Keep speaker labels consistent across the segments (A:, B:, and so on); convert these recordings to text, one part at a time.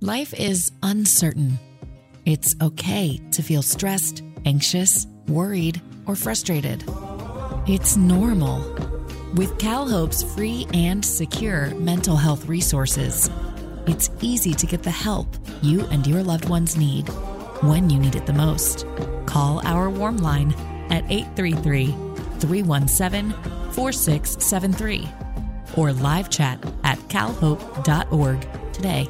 A: Life is uncertain. It's okay to feel stressed, anxious, worried, or frustrated. It's normal. With CalHope's free and secure mental health resources, it's easy to get the help you and your loved ones need when you need it the most. Call our warm line at 833 317 4673 or live chat at calhope.org today.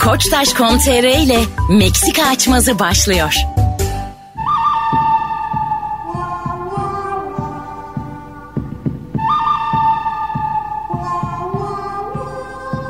B: Koçtaş.com.tr ile Meksika açmazı başlıyor.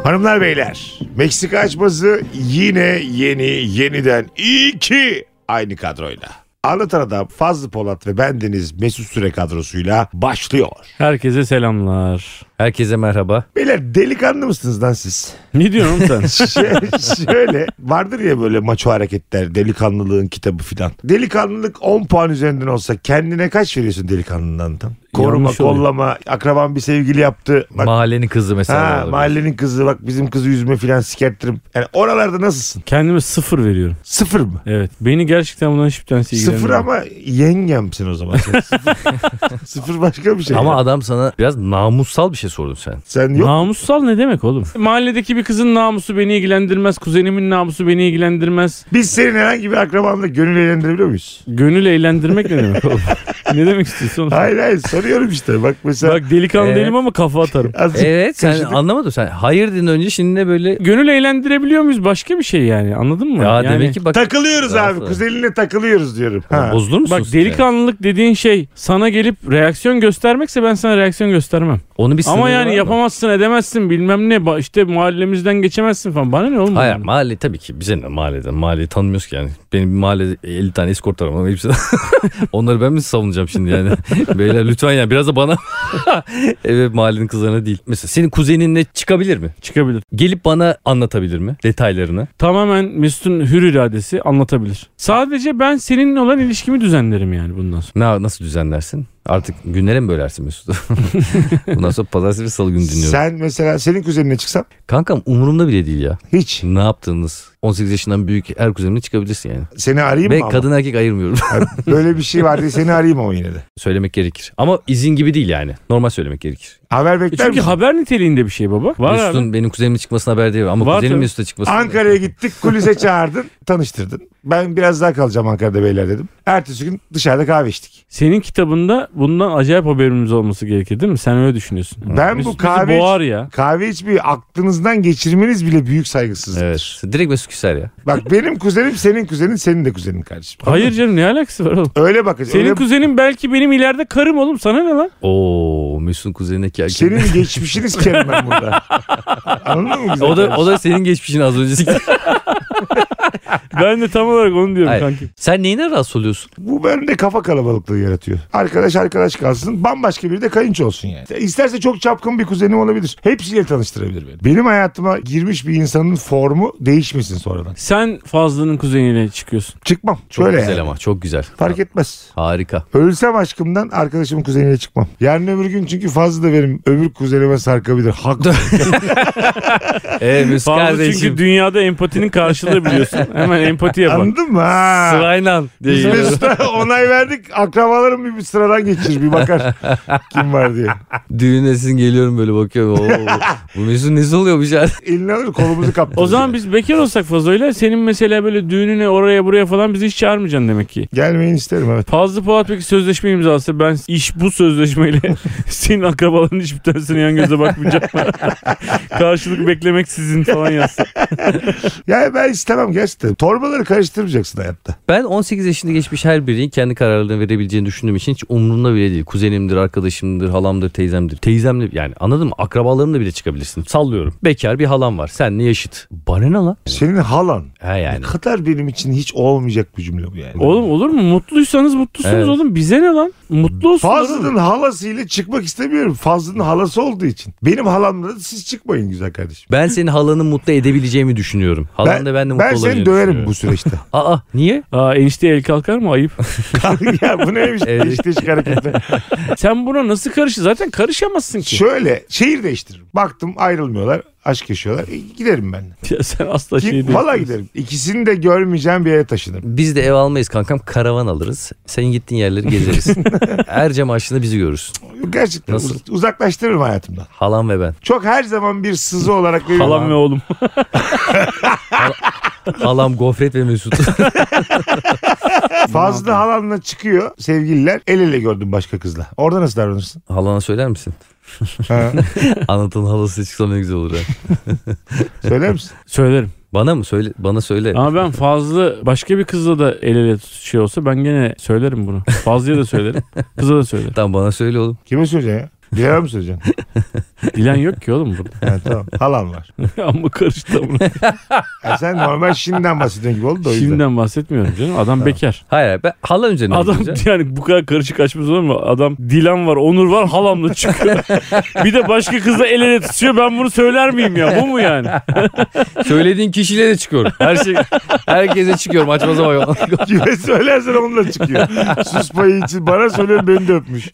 C: Hanımlar beyler Meksika açması yine yeni yeniden iki aynı kadroyla. Anlatan Adam Fazlı Polat ve bendeniz Mesut Süre kadrosuyla başlıyor.
D: Herkese selamlar.
E: Herkese merhaba.
C: Beyler delikanlı mısınız lan siz?
D: Ne diyorsun oğlum sen?
C: Şö- Şöyle vardır ya böyle maço hareketler delikanlılığın kitabı filan. Delikanlılık 10 puan üzerinden olsa kendine kaç veriyorsun delikanlından tam? Koruma,
D: Yanlış oluyor.
C: kollama, akraban bir sevgili yaptı. Bak,
E: Mahallenin kızı mesela.
C: ha,
E: olabilir.
C: mahallenin kızı bak bizim kızı yüzme filan sikerttirip. Yani oralarda nasılsın?
D: Kendime sıfır veriyorum.
C: Sıfır mı?
D: Evet. Beni gerçekten bundan hiçbir tanesi
C: Sıfır
D: ilgilendirmiyor.
C: ama yengemsin o zaman. Sen sıfır, sıfır başka bir şey.
E: Ama
C: Ya.
E: adam sana biraz namussal bir şey sordun sen.
C: sen yok.
D: Namussal ne demek oğlum? Mahalledeki bir kızın namusu beni ilgilendirmez. Kuzenimin namusu beni ilgilendirmez.
C: Biz senin herhangi bir akrabanla gönül eğlendirebiliyor muyuz?
D: Gönül eğlendirmek ne demek oğlum? ne demek istiyorsun oğlum?
C: Hayır hayır soruyorum işte. Bak mesela
D: Bak delikanlı
E: Evet.
D: değilim ama kafa atarım.
C: azıcık
E: Evet sen
C: kaşıdık.
E: anlamadın sen. Hayır dedin önce şimdi de böyle.
D: Gönül eğlendirebiliyor muyuz? Başka bir şey yani. Anladın mı?
E: Ya
D: yani,
E: demek ki bak.
C: takılıyoruz
E: Daha
C: abi.
E: sonra.
C: Kuzenine takılıyoruz diyorum. Ha.
E: Bozulur musun?
D: Bak
E: sen?
D: delikanlılık dediğin şey sana gelip reaksiyon göstermekse ben sana reaksiyon göstermem.
E: Onu bir
D: Ama
E: sınırı var
D: yani
E: mı?
D: yapamazsın edemezsin bilmem ne ba- işte mahallemizden geçemezsin falan. Bana ne oğlum?
E: Hayır
D: bundan?
E: mahalle tabii ki bize ne mahalleden mahalleyi tanımıyoruz ki yani. Benim bir mahallede 50 tane eskort var ama hepsi onları ben mi savunacağım şimdi yani. Beyler lütfen yani biraz da bana evet mahallenin kızlarına değil. Mesela senin kuzeninle çıkabilir mi?
D: Çıkabilir.
E: Gelip bana anlatabilir mi detaylarını?
D: Tamamen Mesut'un hür iradesi anlatabilir. Sadece ben seninle olan ilişkimi düzenlerim yani bundan sonra.
E: Ne nasıl düzenlersin? Artık günlere mi bölersin Mesut? Bundan sonra pazartesi ve salı günü dinliyorum.
C: Sen mesela senin kuzenine çıksam
E: Kankam umurumda bile değil ya.
C: hiç.
E: Ne yaptığınız 18 yaşından büyük her kuzenimle çıkabilirsin yani.
C: Seni arayayım
E: Ve
C: mı
E: kadın erkek ayırmıyorum.
C: ama? Ha, Böyle bir şey var diye seni arayayım ama yine de.
E: söylemek gerekir. Ama izin gibi değil yani. Normal söylemek gerekir.
C: Haber
D: E
C: bekler
D: çünkü
C: misin?
D: haber niteliğinde bir şey baba. Var abi.
E: Mesut'un benim kuzenimin çıkmasına haber değil ama
D: Var
E: kuzenim
D: tabii.
E: Mesut'a çıkmasına.
C: Ankara'ya gittik kulise çağırdın tanıştırdın. Ben biraz daha kalacağım Ankara'da beyler dedim. Ertesi gün dışarıda kahve içtik.
D: Senin kitabında bundan acayip haberimiz olması gerekir değil mi? Sen öyle düşünüyorsun.
C: Ben
D: Mesut
C: bu
D: bizi
C: kahve
D: boğar ya.
C: Kahve içmeyi aklınızdan geçirmeniz bile büyük saygısızlıktır.
E: Evet. Direkt Mesut küser ya.
C: Bak benim kuzenim senin kuzenin senin de kuzenin kardeşim.
D: Hayır canım ne alakası var oğlum?
C: Öyle bakın.
D: Senin
C: öyle-
D: kuzenin belki benim ileride karım oğlum sana ne lan?
E: Oo Mesut'un kuzenindeki erkek.
C: Senin geçmişini sikerim ben burada. Anladın mı güzel?
E: O da, o da senin geçmişin az önceki.
D: Ben de tam olarak onu diyorum
E: Hayır.
D: kanki.
E: Sen neyine rahatsız oluyorsun?
C: Bu bende kafa kalabalıklığı yaratıyor. Arkadaş arkadaş kalsın bambaşka biri de kayınço olsun yani. İsterse çok çapkın bir kuzenim olabilir. Hepsiyle tanıştırabilir beni. Benim hayatıma girmiş bir insanın formu değişmesin sonradan.
D: Sen Fazlı'nın kuzeniyle çıkıyorsun.
C: Çıkmam.
E: Çok
C: Şöyle
E: güzel
C: yani.
E: ama çok güzel.
C: Fark etmez.
E: Harika.
C: Ölsem aşkımdan arkadaşımın kuzeniyle çıkmam. Yarın öbür gün çünkü fazla da benim öbür kuzenime sarkabilir. Haklı.
E: Ee Mesut
D: Fazla
E: kardeşim.
D: çünkü dünyada empatinin karşılığı biliyorsun. Hemen empati yapar.
C: Anladın mı? Ha.
E: Sırayla diye
C: Biz
E: geliyorum.
C: Mesut'a onay verdik. Akrabalarım bir, bir sıradan geçir bir bakar kim var diye.
E: Düğüne sizin geliyorum böyle bakıyorum. Oo, bu Mesut nesi oluyor bu şey?
C: Elini alır kolumuzu kaptırır.
D: O zaman biz bekar olsak Fazo'yla senin mesela böyle düğününe oraya buraya falan bizi hiç çağırmayacaksın demek ki.
C: Gelmeyin isterim evet.
D: Fazlı Polat peki sözleşme imzası ben iş bu sözleşmeyle senin akrabaların hiçbir tanesine yan göze bakmayacağım. Karşılık beklemek sizin falan yazsın.
C: Yani ben istemem gerçekten. Torbaları karıştırmayacaksın hayatta.
E: Ben 18 yaşında geçmiş her birinin kendi kararlarını verebileceğini düşündüğüm için hiç umurumda bile değil. Kuzenimdir, arkadaşımdır, halamdır, teyzemdir. Teyzemle yani anladın mı? Akrabalarımla bile çıkabilirsin. Sallıyorum. Bekar bir halam var. Senle yaşıt. Bana ne lan?
C: Senin halan.
E: He yani.
C: Ne kadar benim için hiç olmayacak bir cümle bu yani.
D: Oğlum olur mu? Mutluysanız mutlusunuz
E: Evet.
D: oğlum. Bize ne lan? Mutlu olsun.
C: Fazlı'nın halasıyla çıkmak istemiyorum. Fazlı'nın halası olduğu için. Benim halamla da siz çıkmayın güzel kardeşim.
E: Ben senin halanı mutlu edebileceğimi mi düşünüyorum. Halan da ben de mutlu
C: ben seni
E: olabileceğini
C: döverim
E: düşünüyorum.
C: bu süreçte.
E: Aa niye?
D: Aa, enişte el kalkar mı ayıp?
C: ya bu neymiş?
E: Evet.
C: İşte iş hareketi.
D: Sen buna nasıl karışır? Zaten karışamazsın ki.
C: Şöyle şehir değiştiririm. Baktım ayrılmıyorlar. Aşk yaşıyorlar. E, giderim ben. de.
D: Ya sen
E: E,
D: asla şey
C: Ki,
D: değil.
C: valla giderim. İkisini de görmeyeceğim bir yere taşınırım.
E: Biz de ev almayız kankam karavan alırız. Senin gittiğin yerleri gezeriz. Ercem açtığında bizi görürsün.
C: Gerçekten
E: Nasıl?
C: uz- uzaklaştırırım hayatımdan.
E: Halam ve ben.
C: Çok her zaman bir sızı olarak veriyorum.
D: Halam ve oğlum.
E: Halam gofret ve Mesut.
C: Fazlı halanla çıkıyor sevgililer. El ele gördüm başka kızla. Orada nasıl davranırsın?
E: Halana söyler misin?
C: Ha,
E: Anlatan halası çıksa ne güzel olur ha.
C: söyler misin?
D: Söylerim.
E: Bana mı söyle? Bana söyle.
D: Ama ben fazla başka bir kızla da el ele şey olsa ben gene söylerim bunu. Fazlıya da söylerim. Kıza da söylerim.
E: Tamam bana söyle oğlum.
C: Kime söyleyeceksin ya? Bilal'e mi söyleyeceksin?
D: Dilen yok ki oğlum burada.
C: Ha, tamam. Halan var.
D: Ama karıştı bunu.
C: Ya sen normal şimdiden bahsediyorsun gibi oldu da o yüzden.
D: Şimdiden bahsetmiyorum canım. Adam bekar.
E: Hayır hayır, ben hala üzerine
D: Adam
E: gideceğim.
D: yani bu kadar karışık açmış olur mu? Adam Dilan var, Onur var, halamla çıkıyor. bir de başka kızla el ele tutuşuyor. Ben bunu söyler miyim ya? Bu mu yani?
E: Söylediğin kişiyle de çıkıyorum. Her şey herkese çıkıyorum açmaz ama yok.
C: Kime söylersen onunla çıkıyor. Sus payı için bana söylüyor beni de öpmüş.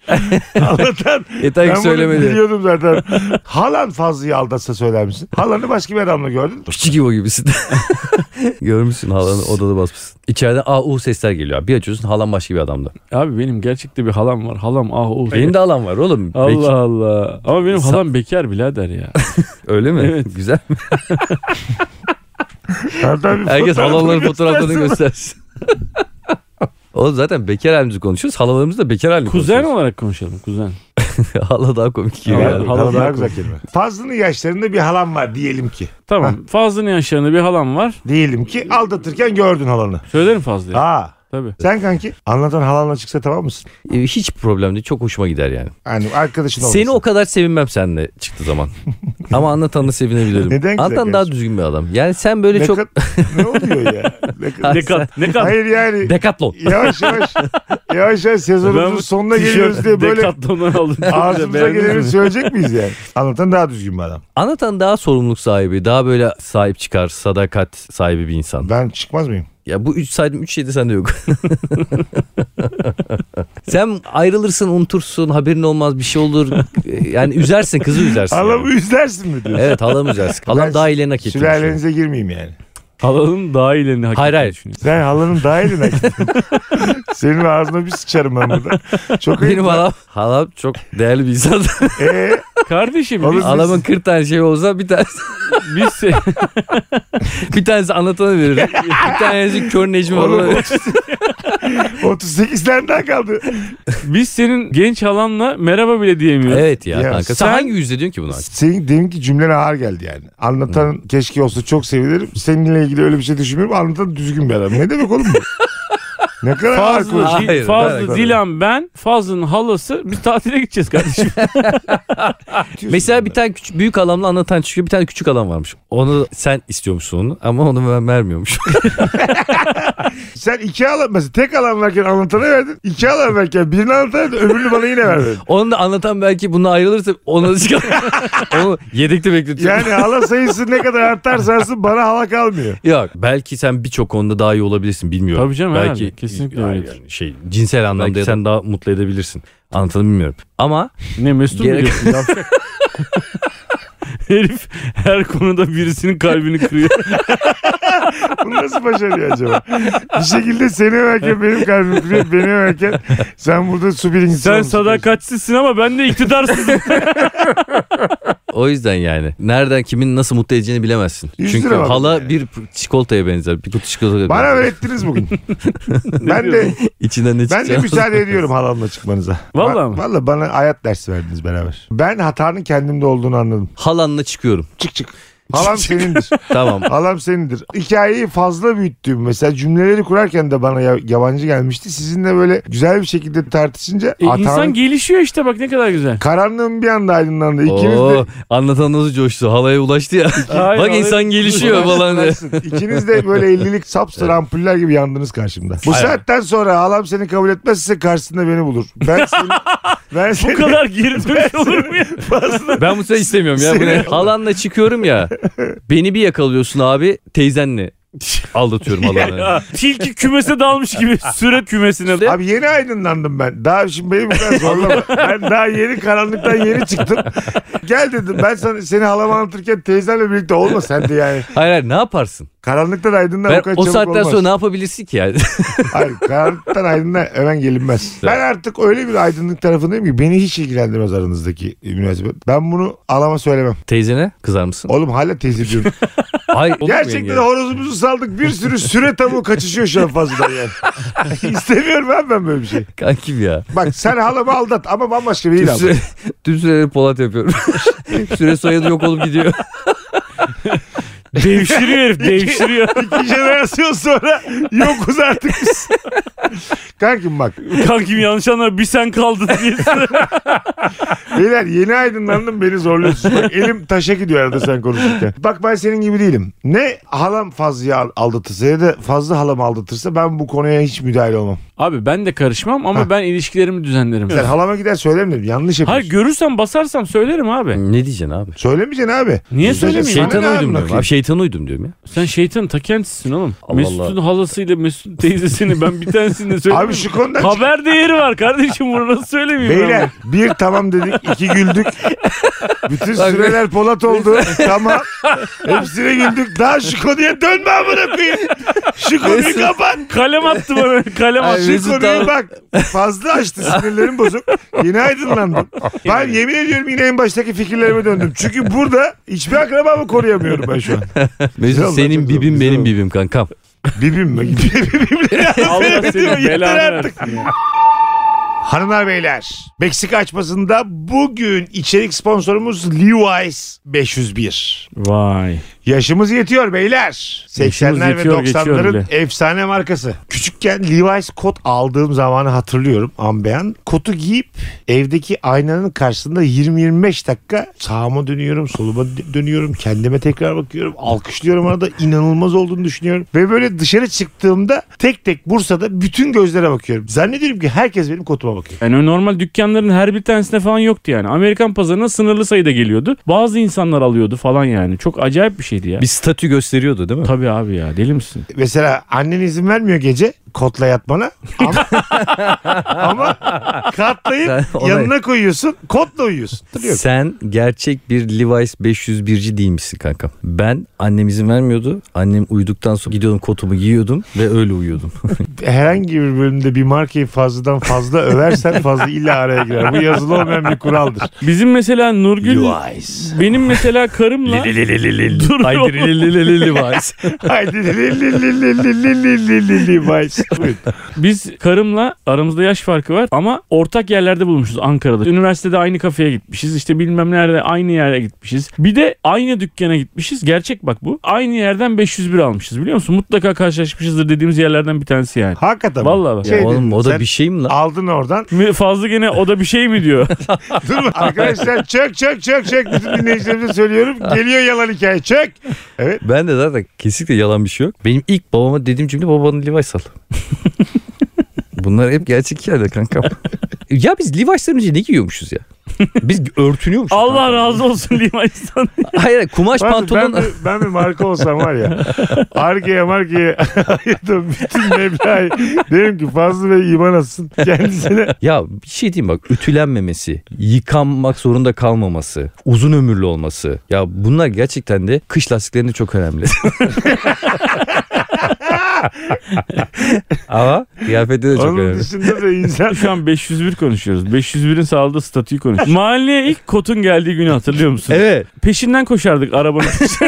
C: Anlatan
E: Yeter
C: ben
E: ki
C: bunu
E: söylemedi.
C: biliyordum zaten. Halan Fazlı'yı aldatsa söyler misin? Halanı başka bir adamla gördün.
E: Kuşçu gibi o gibisin. Görmüşsün halanı odada basmışsın. İçeriden ah uh sesler geliyor. Bir açıyorsun halan başka bir adamda.
D: Abi benim gerçekte bir halam var. Halam ah oh.
E: Benim de halam var oğlum.
D: Allah
E: Peki,
D: Allah. Ama benim
E: Sa-
D: halam bekar birader ya.
E: Öyle mi?
D: Evet.
E: Güzel.
C: Hatta bir
E: Herkes
C: fotoğrafını
E: halaların
C: göstersin.
E: fotoğraflarını göstersin. Oğlum zaten bekar halimizi konuşuyoruz. Halalarımız da bekar halini
D: Kuzen
E: konuşuyoruz.
D: olarak konuşalım kuzen.
E: Hala daha komik gibi.
D: Hala-
E: yani.
D: Hala
C: Halan daha
D: daha
C: güzel kelime. Fazlı'nın yaşlarında bir halan var diyelim ki.
D: Tamam. Fazlı'nın yaşlarında bir halam var.
C: Diyelim ki aldatırken gördün halanı.
D: Söylerim Fazlı'ya.
C: Aa,
D: Tabii.
C: sen kanki anlatan halanla çıksa tamam mısın?
E: Ee, Hiç problem değil. Çok hoşuma gider yani.
C: Yani arkadaşın olmasın.
E: Seni o kadar sevinmem seninle çıktı zaman. Ama anlatanla sevinebilirim.
C: Neden güzel
E: Anlatan daha
C: kardeşim?
E: düzgün bir adam. Yani sen böyle
C: ne,
E: çok...
C: kat- ne oluyor ya? Ne kat-
D: Ne kat ne kat.
C: Hayır yani
E: Dekatlon.
C: yavaş yavaş yavaş yavaş sezonumuzun
D: bu
C: sonuna geliyoruz diye böyle
D: Decathlon'dan aldım.
C: ağzımıza
D: Beğendiniz mi?
C: geleni söyleyecek miyiz yani? Anlatan daha düzgün bir adam.
E: Anlatan daha sorumluluk sahibi, daha böyle sahip çıkar, sadakat sahibi bir insan.
C: Ben çıkmaz mıyım?
E: Ya bu üç saydım 3 şeyde sende yok. Sen ayrılırsın, unutursun, haberin olmaz, bir şey olur. Yani üzersin, kızı üzersin. yani.
C: Halamı üzersin mi diyorsun?
E: Evet halam üzersin. Halam
C: Ben
E: daha ilerini hak ettiğini düşünüyorum.
C: Sülalenize girmeyeyim yani.
D: Halanın daha ilerini hak
E: Hayır,
D: ettiğini
E: hayır.
D: düşünüyorum.
C: Sen halanın dahiline gittin. Senin ağzına bir sıçarım ben burada. Çok ayıp.
E: Benim halam, halam çok değerli bir insan.
C: Ee,
D: Kardeşim
C: Oğlum-
D: biz,
E: Halamın 40 tane şey olsa bir tanesi,
D: biz se-
E: bir tanesi anlatana verirdim. Bir tanesi kör Necmi
C: oğlum,
E: falan.
C: 30, 38'lerden daha kaldı.
D: biz senin genç halanla merhaba bile diyemiyoruz.
E: Evet ya,
C: Ya
E: kanka. Sen,
C: sen-
E: hangi yüzde diyorsun ki bunu?
C: Senin deminki cümlen ağır geldi yani. Anlatan
E: Hmm.
C: keşke olsa çok sevinirim. Seninle ilgili öyle bir şey düşünmüyorum. Anlatan düzgün bir adam. Ne demek oğlum bu? ne kadar ağır
D: Fazlı,
C: konuşuyorsun.
E: Hayır, hayır,
D: Fazlı,
E: hayır.
D: Dilan ben, Fazlı'nın halası biz tatile gideceğiz kardeşim.
E: Mesela bir tane küçük, büyük alamla anlatan çıkıyor. Bir tane küçük alan varmış. Onu sen istiyormuşsun onu ama onu ben vermiyormuş.
C: Sen iki alan mesela tek alan verken anlatana verdin. İki alan verken birini anlatana verdin, öbürünü bana yine verdin.
E: onu da anlatan belki bunu ayrılırsa ona da çıkar. onu yedekte bekletiyor.
C: Yani hala sayısı ne kadar artarsa artsın bana hala kalmıyor.
E: Yok belki sen birçok konuda daha iyi olabilirsin bilmiyorum.
D: Tabii canım,
E: belki
D: herhalde. Kesinlikle
E: Yani
D: öyledir.
E: şey cinsel anlamda ya da- sen daha mutlu edebilirsin. Anlatalım bilmiyorum. Ama
D: ne Mesut mu
E: Gerek-
D: diyorsun? Yavşak. Herif her konuda birisinin kalbini kırıyor.
C: Bunu nasıl başarıyor acaba? Bir şekilde seni verken benim kalbim kırıyor. Beni verken sen burada su birincisi
D: Sen
C: olmuşsun.
D: sadakatsizsin ama ben de iktidarsızım.
E: o yüzden yani nereden kimin nasıl mutlu edeceğini bilemezsin.
C: 100
E: Çünkü
C: lira var
E: hala
C: yani.
E: bir çikolataya benzer. Bir kutu çikolataya
C: Bana
E: benzer.
C: öğrettiniz bugün. ben de
E: İçinden ne
C: ben de
E: çıkacağını-
C: müsaade ediyorum halamla çıkmanıza.
D: Vallahi
C: Ba-
D: mi?
C: Vallahi bana hayat dersi verdiniz beraber. Ben hatanın kendimde olduğunu anladım.
E: Halanla çıkıyorum.
C: Çık çık. Halam senindir.
E: Tamam.
C: Halam senindir. Hikayeyi fazla büyüttüm. Mesela cümleleri kurarken de bana ya- yabancı gelmişti. Sizinle böyle güzel bir şekilde tartışınca
D: E,
C: hatanın-
D: İnsan gelişiyor işte bak ne kadar güzel.
C: karanlığın bir anda aydınlandı. İkiniz de
E: Oo, anlatan nasıl coştu. Halaya ulaştı ya.
D: Hayır,
E: Bak
D: hayır.
E: insan gelişiyor falan. diye.
C: Ulaşsın. İkiniz de böyle ellilik sapsarı ampuller gibi yandınız karşımda. Bu
E: Aynen.
C: saatten sonra halam seni kabul etmezse karşısında beni bulur. Ben seni, ben
D: Bu
C: seni
D: kadar geri dönüş olur mu ya?
E: Ben bu sefer istemiyorum ya. Bu ne? Halanla çıkıyorum ya. Beni bir yakalıyorsun abi teyzenle aldatıyorum adamı.
D: Ya, tilki kümese dalmış gibi süret kümesine.
C: Abi yeni aydınlandım ben. Daha şimdi beni bu kadar zorlama. ben daha yeni karanlıktan yeni çıktım. Gel dedim ben sana, seni halama anlatırken teyzenle birlikte olma sen de yani.
E: Hayır hayır ne yaparsın?
C: Karanlıktan aydınlığa o
E: Ben,
C: kadar
E: o
C: çabuk
E: saatten
C: olmaz.
E: sonra ne yapabilirsin ki yani?
C: Hayır karanlıktan aydınlığa hemen gelinmez. Ben artık öyle bir aydınlık tarafındayım ki beni hiç ilgilendirmez aranızdaki münasebet. Ben bunu alama söylemem.
E: Teyzene kızar mısın?
C: Oğlum hala
E: şey
C: teyze diyorum.
E: Hayır, olur mu
C: Gerçekten
E: yenge?
C: horozumuzu saldık. Bir sürü süre tavuğu kaçışıyor şu an fazladan yani. İstemiyorum abi ben böyle bir şey.
E: Kankim ya.
C: Bak sen halamı aldat ama bambaşka bir
E: Tüm,
C: hile aldat.
E: süre, tüm süreleri Polat yapıyorum. süre soyadı yok olup gidiyor.
D: Devşiriyor herif devşiriyor.
C: İki jenerasyon sonra yokuz artık biz. Kankim bak.
D: Kankim yanlış anlar bir sen kaldın diye.
C: Beyler yeni aydınlandım beni zorluyorsunuz. Bak, elim taşa gidiyor arada sen konuşurken. Bak ben senin gibi değilim. Ne halam fazla aldatırsa ya da fazla halam aldatırsa ben bu konuya hiç müdahale olmam.
D: Abi ben de karışmam ama ben ilişkilerimi düzenlerim.
C: Sen halama gider söylerim dedim. Yanlış yapıyorsun.
D: Hayır görürsem basarsam söylerim abi.
E: ne diyeceksin abi?
C: Söylemeyeceksin abi.
D: Niye söylemeyeyim?
C: Sana
E: Şeytan
C: ne
E: uydum diyorum.
C: anlatayım?
E: Abi şeytan uydum diyorum ya.
D: Sen şeytanın ta kendisisin oğlum.
E: Allah
D: Mesut'un halasıyla Mesut'un teyzesini ben bir tanesini de söylemeyeyim.
C: Abi şu konuda
D: Haber değeri var kardeşim bunu nasıl söylemeyeyim ben
C: Beyler bir tamam dedik iki güldük. Bütün süreler Polat oldu. tamam. Hepsine güldük. Daha şu konuya dönme amına koyayım. Şu konuyu kapat.
D: bunu? Kalem attı bana kalem
E: Ay,
D: attı.
C: Şu
E: Mesut
C: konuyu
E: abi.
C: bak fazla açtı sinirlerim bozuk. Yine aydınlandım. Ben yemin ediyorum yine en baştaki fikirlerime döndüm. Çünkü burada hiçbir akrabamı koruyamıyorum ben şu an.
E: Mesut
C: oldu,
E: senin
C: çok
E: bibim
C: güzel
E: benim
C: oldu.
E: bibim kankam.
C: Bibim mi? Bibimle
D: Allah
C: Yeter
D: seni belanı
C: artık.
D: versin. ya.
C: Hanımlar beyler Meksika açmasında bugün içerik sponsorumuz Levi's 501.
D: Vay.
C: Yaşımız yetiyor beyler. 80'ler ve
D: yetiyor, geçiyor
C: 90'ların
D: bile.
C: efsane markası. Küçükken Levi's kot aldığım zamanı hatırlıyorum ambeyan. Kotu giyip evdeki aynanın karşısında 20-25 dakika sağıma dönüyorum, soluma dö- dönüyorum, kendime tekrar bakıyorum, alkışlıyorum arada inanılmaz olduğunu düşünüyorum. Ve böyle dışarı çıktığımda tek tek Bursa'da bütün gözlere bakıyorum. Zannediyorum ki herkes benim kotuma bakıyor.
D: Yani o normal dükkanların her bir tanesinde falan yoktu yani. Amerikan pazarına sınırlı sayıda geliyordu. Bazı insanlar alıyordu falan yani. Çok acayip bir şeydi ya.
E: Bir statü gösteriyordu değil mi?
D: Tabii abi ya deli misin?
C: Mesela annen izin vermiyor gece kotla yatmana ama, ama katlayıp
E: Sen ona-
C: yanına koyuyorsun kotla uyuyorsun. Hatırlıyorum.
E: Sen gerçek bir Levi's 501'ci değilmişsin kankam. Ben annem izin vermiyordu. Annem uyuduktan sonra gidiyordum kotumu giyiyordum ve öyle uyuyordum.
C: herhangi bir bölümde bir markayı fazladan fazla översen fazla illa araya girer. Bu yazılı olmayan bir kuraldır.
D: Bizim mesela Nurgül benim mesela karımla Dur.
E: Ay, diri li li li li Levi's.
C: Haydi li li li li li li li li li li li Vice. Buyurun.
D: biz karımla aramızda yaş farkı var ama ortak yerlerde bulmuşuz Ankara'da. Üniversitede aynı kafeye gitmişiz işte bilmem nerede aynı yere gitmişiz. Bir de aynı dükkana gitmişiz gerçek bak bu. Aynı yerden 501 almışız biliyor musun? Mutlaka karşılaşmışızdır dediğimiz yerlerden bir tanesi yani.
C: Hakikaten. mi?
D: Vallahi bak.
E: Ya oğlum
C: dedim,
E: o da
C: sen
E: bir şey mi lan?
C: Aldın oradan.
D: Fazla gene o da bir şey mi diyor.
C: Dur bak, arkadaşlar çök çök çök çök bütün dinleyicilerimize söylüyorum. Geliyor yalan hikaye çök. Evet.
E: Ben de zaten kesinlikle yalan bir şey yok. Benim ilk babama dediğim cümle babanın Levi's al. Bunlar hep gerçek hikayeler kankam. ya biz Levi's'tan önce ne giyiyormuşuz ya? Biz örtünüyormuşuz.
D: Allah
E: kankam.
D: razı olsun hani Levi's'tan.
E: Hayır hayır, kumaş
C: Pardon,
E: pantolon.
C: ben, bir, ben bir marka olsam var ya. Arkaya markaya ayırdım bütün meblağı. Derim ki Fazlı Bey iman atsın kendisine.
E: Ya bir şey diyeyim bak ütülenmemesi, yıkanmak zorunda kalmaması, uzun ömürlü olması. Ya bunlar gerçekten de kış lastiklerinde çok önemli. Ama kıyafette de çok
C: Onun
E: önemli.
C: dışında da insan
D: Şu an 501 konuşuyoruz. 501'in sağladığı statüyü konuşuyoruz. Mahalleye ilk kotun geldiği günü hatırlıyor musun?
E: Evet.
D: Peşinden koşardık arabanın.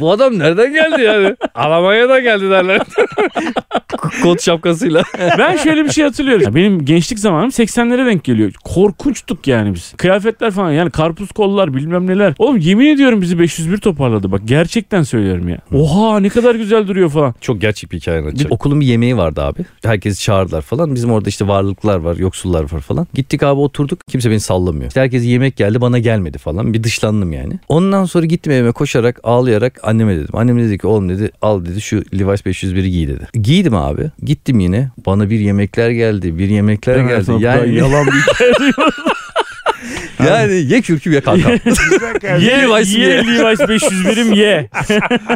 E: Bu adam nereden geldi yani? Almanya'dan geldi derler. Kot şapkasıyla.
D: ben şöyle bir şey hatırlıyorum. Ya Benim gençlik zamanım 80'lere denk geliyor. Korkunçtuk yani biz. Kıyafetler falan yani karpuz kollar bilmem neler. Oğlum yemin ediyorum bizi 501 toparladı. Bak gerçekten söylüyorum ya. Oha ne kadar güzel duruyor falan.
E: Çok gerçek bir hikaye anlatacak. Okulun bir yemeği vardı abi. Herkesi çağırdılar falan. Bizim orada işte varlıklar var, yoksullar var falan. Gittik abi oturduk. Kimse beni sallamıyor. İşte herkes yemek geldi bana gelmedi falan. Bir dışlandım yani. Ondan sonra gittim evime koşarak ağlayarak anneme dedim. Annem dedi ki oğlum dedi al dedi şu Levi's 501'i giy dedi. Giydim abi. Gittim yine. Bana bir yemekler geldi. Bir yemekler
D: Ben
E: geldi.
D: hayatımda bu kadar
E: Yani
D: yalan bir hikaye duymadım.
E: Yani ye kürküm ye kankam.
C: Güzel kardeşim.
D: Ye,
E: Levi's mi
D: ye
E: ya?
D: Levi's 500 birim ye.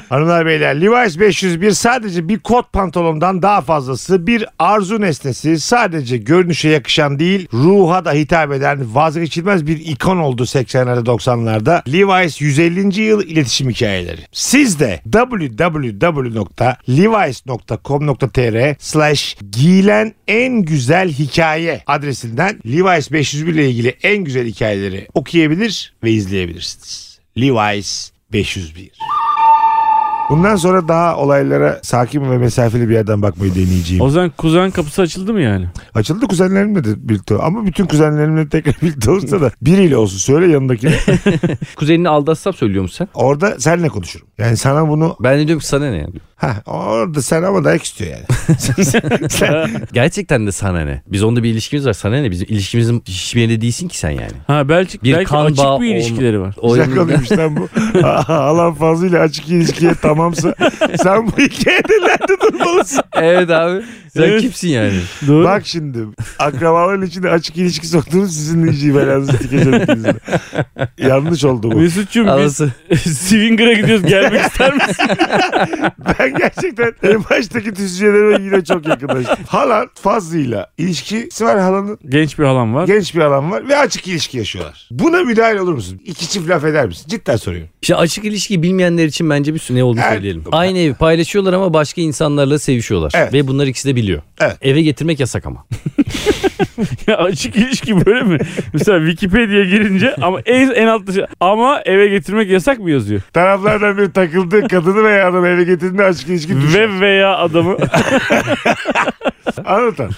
C: Hanımlar beyler Levi's 501 sadece bir kot pantolondan daha fazlası bir arzu nesnesi sadece görünüşe yakışan değil ruha da hitap eden vazgeçilmez bir ikon oldu 80'lerde 90'larda Levi's 150. yıl iletişim hikayeleri. Siz de www.levi's.com.tr slash giyilen en güzel hikaye adresinden Levi's 501 ile ilgili en güzel hikayeleri okuyabilir ve izleyebilirsiniz. Levi's 501. Bundan sonra daha olaylara sakin ve mesafeli bir yerden bakmayı deneyeceğim.
D: O zaman kuzen kapısı açıldı mı yani?
C: Açıldı kuzenlerimle de birlikte ol- ama bütün kuzenlerimle tekrar birlikte olursa da biriyle olsun söyle yanındakine.
E: Kuzenini aldatsam söylüyor musun sen?
C: orada seninle konuşurum. Yani sana bunu
E: Ben de diyorum ki sana ne yani?
C: ha orada sen ama dayak istiyor yani.
E: Gerçekten de sana ne? Biz onda bir ilişkimiz var sana ne? Bizim ilişkimizin hiçbir yerinde değilsin ki sen yani.
D: Ha belki,
E: Bir
D: belki
E: kan
D: açık
E: bağı
D: bir ilişkileri var.
E: O
C: Güzel konuymuş lan bu. Alan fazlıyla açık ilişkiye tamamsa sen bu hikayedelerde durmalısın.
E: evet abi. Sen
D: Evet.
E: kimsin yani?
D: Doğru.
C: Bak şimdi akrabaların içinde açık ilişki soktuğunuz sizin iyice belanızı dikeceğim. ikinizi de. Yanlış oldu bu.
D: Mesut'cum biz
E: Anası.
D: Swinger'a gidiyoruz gelmek ister misin?
C: Ben gerçekten en baştaki düşüncelerime yine çok yakınlaştım. Halan Fazlı'yla ilişkisi var halanın.
D: Genç bir halam var.
C: Genç bir halan var ve açık ilişki yaşıyorlar. Buna müdahil olur musun? İki çift laf eder misin? Cidden soruyorum.
E: İşte açık ilişki bilmeyenler için bence bir sü- ne olduğunu
C: Evet.
E: söyleyelim. Aynı evi paylaşıyorlar ama başka insanlarla sevişiyorlar.
C: Evet.
E: Ve bunlar ikisi de biliyor.
C: Evet.
E: Eve getirmek yasak ama.
D: Ya açık ilişki böyle mi? Mesela Wikipedia'ya girince ama en, en altta şey- ama eve getirmek yasak mı yazıyor?
C: Taraflardan biri takıldı kadını veya adamı eve getirdiğinde açık ilişki düşer.
D: Ve veya adamı
C: Anlatan.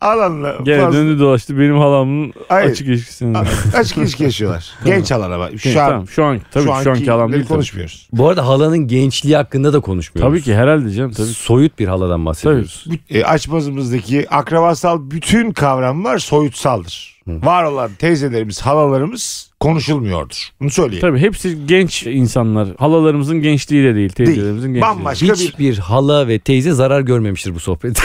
C: Alanla
D: gene
C: Fazlı.
D: döndü dolaştı benim halamın
C: Hayır.
D: açık ilişkisini.
C: A- açık ilişki yaşıyorlar. Genç halan ama. Şu
D: Şu
C: an
D: tamam, şu an tabii
C: şu,
D: şu,
C: anki
D: anki halam değil. Tabii.
C: konuşmuyoruz.
E: Bu arada halanın gençliği hakkında da konuşmuyoruz.
D: tabii ki herhalde canım tabii.
E: Soyut bir haladan bahsediyoruz.
C: E, açmazımızdaki akrabasal bütün kavramlar soyutsaldır. Var olan teyzelerimiz, halalarımız konuşulmuyordur. Bunu söyleyeyim.
D: Tabii hepsi genç insanlar. Halalarımızın gençliği de değil, teyzelerimizin gençliği. de
C: Bambaşka bir
E: Hiçbir hala ve teyze zarar görmemiştir bu sohbet.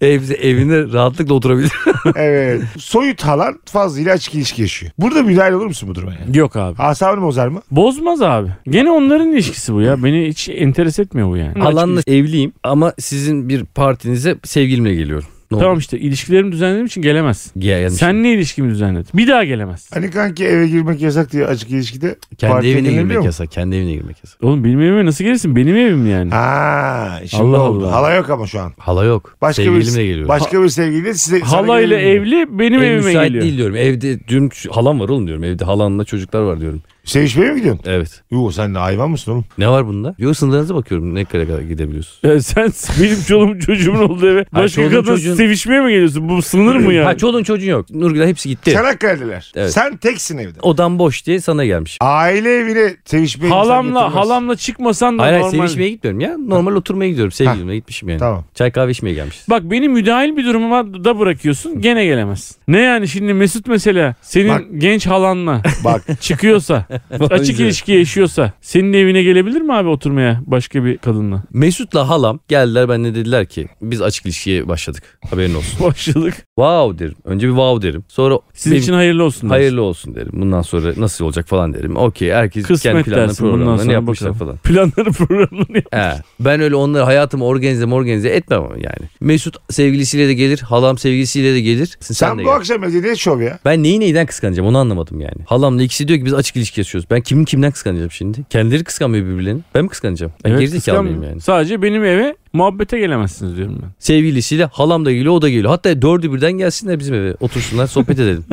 E: Hepsi evinde rahatlıkla oturabilir.
C: Evet. Soyut halan fazlıyla açık ilişki yaşıyor. Burada müdahale olur musun bu duruma yani?
D: değil. Yok abi.
C: Asabını bozar mı?
D: Bozmaz abi. Gene onların ilişkisi bu ya. Beni hiç enteres etmiyor bu yani.
E: Halanla evliyim ama sizin bir partinize sevgilimle geliyorum. Ne
D: Tamam
E: olur?
D: işte ilişkilerimi düzenlediğim için gelemezsin.
E: Ya, yani
D: Sen ne ilişkimi düzenledin? Bir daha gelemez.
C: Hani kanki eve girmek yasak diye açık ilişkide.
E: kendi
C: partiye
E: evine
C: girilmiyor
E: girmek
C: mu?
E: yasak. Kendi evine girmek yasak.
D: Oğlum benim evime nasıl gelirsin? Benim evim yani.
C: Ha, şimdi
D: Allah
C: oldu.
D: Allah.
C: Hala yok ama şu an.
E: Hala yok.
C: Başka
E: Sevgilimle
C: bir,
E: geliyorum.
C: Başka bir sevgili size sana
D: Hala ile
C: gelemiyor.
D: evli benim
E: Ev
D: evime
E: müsait
D: geliyor.
E: değil diyorum. Evde dün halam var oğlum diyorum. Evde halanla çocuklar var diyorum.
C: Sevişmeye mi gidiyorsun?
E: Evet.
C: Yuh sen de hayvan mısın oğlum?
E: Ne var bunda? Yok sınırlarınıza bakıyorum. Ne kadar kadar gidebiliyorsun.
D: Ya sen benim çoluğum çocuğumun olduğu eve başka
E: çoluğun
D: kadın
E: çocuğun-
D: sevişmeye mi geliyorsun? Bu sınır mı yani?
E: Ha çoluğun çocuğun yok. Nurgül'e hepsi gitti.
C: Çanakkale'liler.
E: Evet.
C: Sen teksin evde.
E: Odam boş diye sana gelmiş.
C: Aile evine sevişmeye insan
D: halamla
C: getirmez.
D: halamla çıkmasan da
E: Hayır hayır
D: normal.
E: sevişmeye gitmiyorum ya. Normal oturmaya gidiyorum. Sevgilimle gitmişim yani.
C: Tamam.
E: Çay kahve içmeye gelmişiz.
D: Bak beni müdahil bir duruma da bırakıyorsun gene gelemez. Ne yani şimdi Mesut mesela senin
C: Bak-
D: genç halanla
C: Bak
D: çıkıyorsa açık
E: Bence.
D: ilişki yaşıyorsa senin evine gelebilir mi abi oturmaya başka bir kadınla?
E: Mesut'la halam geldiler ben de dediler ki biz açık ilişkiye başladık. Haberin olsun.
D: Başladık.
E: wow derim. Önce bir wow derim. Sonra
D: Sizin
E: benim-
D: için hayırlı olsun. diyorsun.
E: hayırlı olsun derim. Bundan sonra nasıl olacak falan derim. Okey herkes kendi
D: Kısmet
E: planını
D: dersin bundan
E: programlarını
D: sonra
E: yapmışlar
D: bakalım.
E: falan.
D: Planları programlarını yap.
E: He. Ben öyle onları hayatımı organize organize etmem ama yani. Mesut sevgilisiyle de gelir, halam sevgilisiyle de gelir. Sen,
C: sen
E: de
C: bu
E: gel.
C: akşam evde ne şov ya?
E: Ben neyi neyden kıskanacağım onu anlamadım yani. Halamla ikisi diyor ki biz açık ilişki yaşıyoruz. Ben kimin kimden kıskanacağım şimdi? Kendileri kıskanmıyor birbirlerini. Ben mi kıskanacağım? Ben
D: Evet,
E: gerizekalı mıyım
D: kıskanmıyorum.
E: yani?
D: Sadece benim eve muhabbete gelemezsiniz diyorum ben.
E: Sevgilisiyle halam da geliyor o da geliyor. Hatta dördü birden gelsinler bizim eve otursunlar sohbet edelim.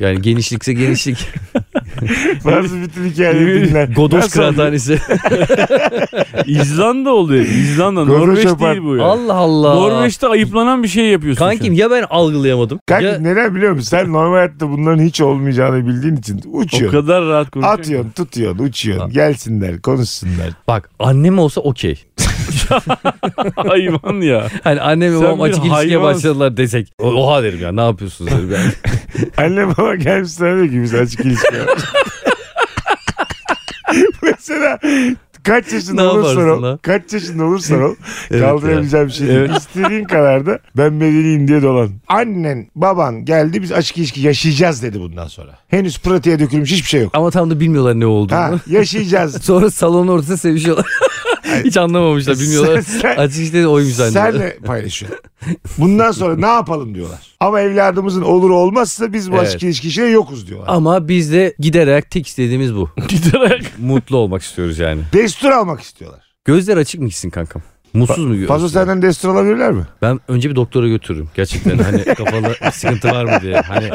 E: Yani genişlikse genişlik.
C: Bazı bütün hikayeleri dinler.
E: Godos
C: Nasıl oluyor?
E: kıraathanesi.
D: İzlanda oluyor. İzlanda.
C: Gurur
D: Norveç
C: çöpen.
D: değil bu ya.
E: Allah Allah.
D: Norveç'te ayıplanan bir şey yapıyorsun.
E: Kankim ya ben algılayamadım.
C: Kanka
E: ya...
C: neden biliyor musun? Sen normal hayatta bunların hiç olmayacağını bildiğin için
D: şu an. O
C: uçuyorsun.
D: kadar rahat konuşuyorsun.
C: Atıyorsun, tutuyorsun, uçuyorsun. Gelsinler, konuşsunlar.
E: Bak annem olsa okey.
D: Hayvan ya.
E: Hani annem ve
D: Sen
E: babam
D: bir
E: açık ilişkiye
D: hayvansın.
E: başladılar desek. O- Oha derim ya ne yapıyorsunuz derim yani.
C: Anne baba gelmiş sana diyor ki biz açık ilişki yapıyoruz. Mesela kaç yaşında
E: Ne
C: olursan
E: yaparsın
C: ol.
E: lan?
C: Kaç yaşında olursan ol.
E: Evet
C: kaldırabileceğim bir şey değil. İstediğin kadar da ben bedeliyim diye dolan. Annen baban geldi biz açık ilişki yaşayacağız dedi bundan sonra. Henüz pratiğe dökülmüş hiçbir şey yok.
E: Ama tam da bilmiyorlar ne olduğunu.
C: Ha, yaşayacağız.
E: Sonra salonun ortasında sevişiyorlar. Hiç anlamamışlar bilmiyorlar.
C: Sen- sen-
E: Açık işte oymuş zannediyorlar.
C: Senle paylaşıyor. Bundan sonra ne yapalım diyorlar. Ama evladımızın olur olmazsa biz bu
E: Evet.
C: açık ilişki işine yokuz diyorlar.
E: Ama biz de giderek tek istediğimiz bu.
D: Giderek.
E: Mutlu olmak istiyoruz yani.
C: Destur almak istiyorlar.
E: Gözler açık mı gitsin kankam? Mutsuz mu görüyorsun?
C: Fazla senden destur alabilirler mi?
E: Ben önce bir doktora götürürüm. Gerçekten hani kafada bir sıkıntı var mı diye. Hani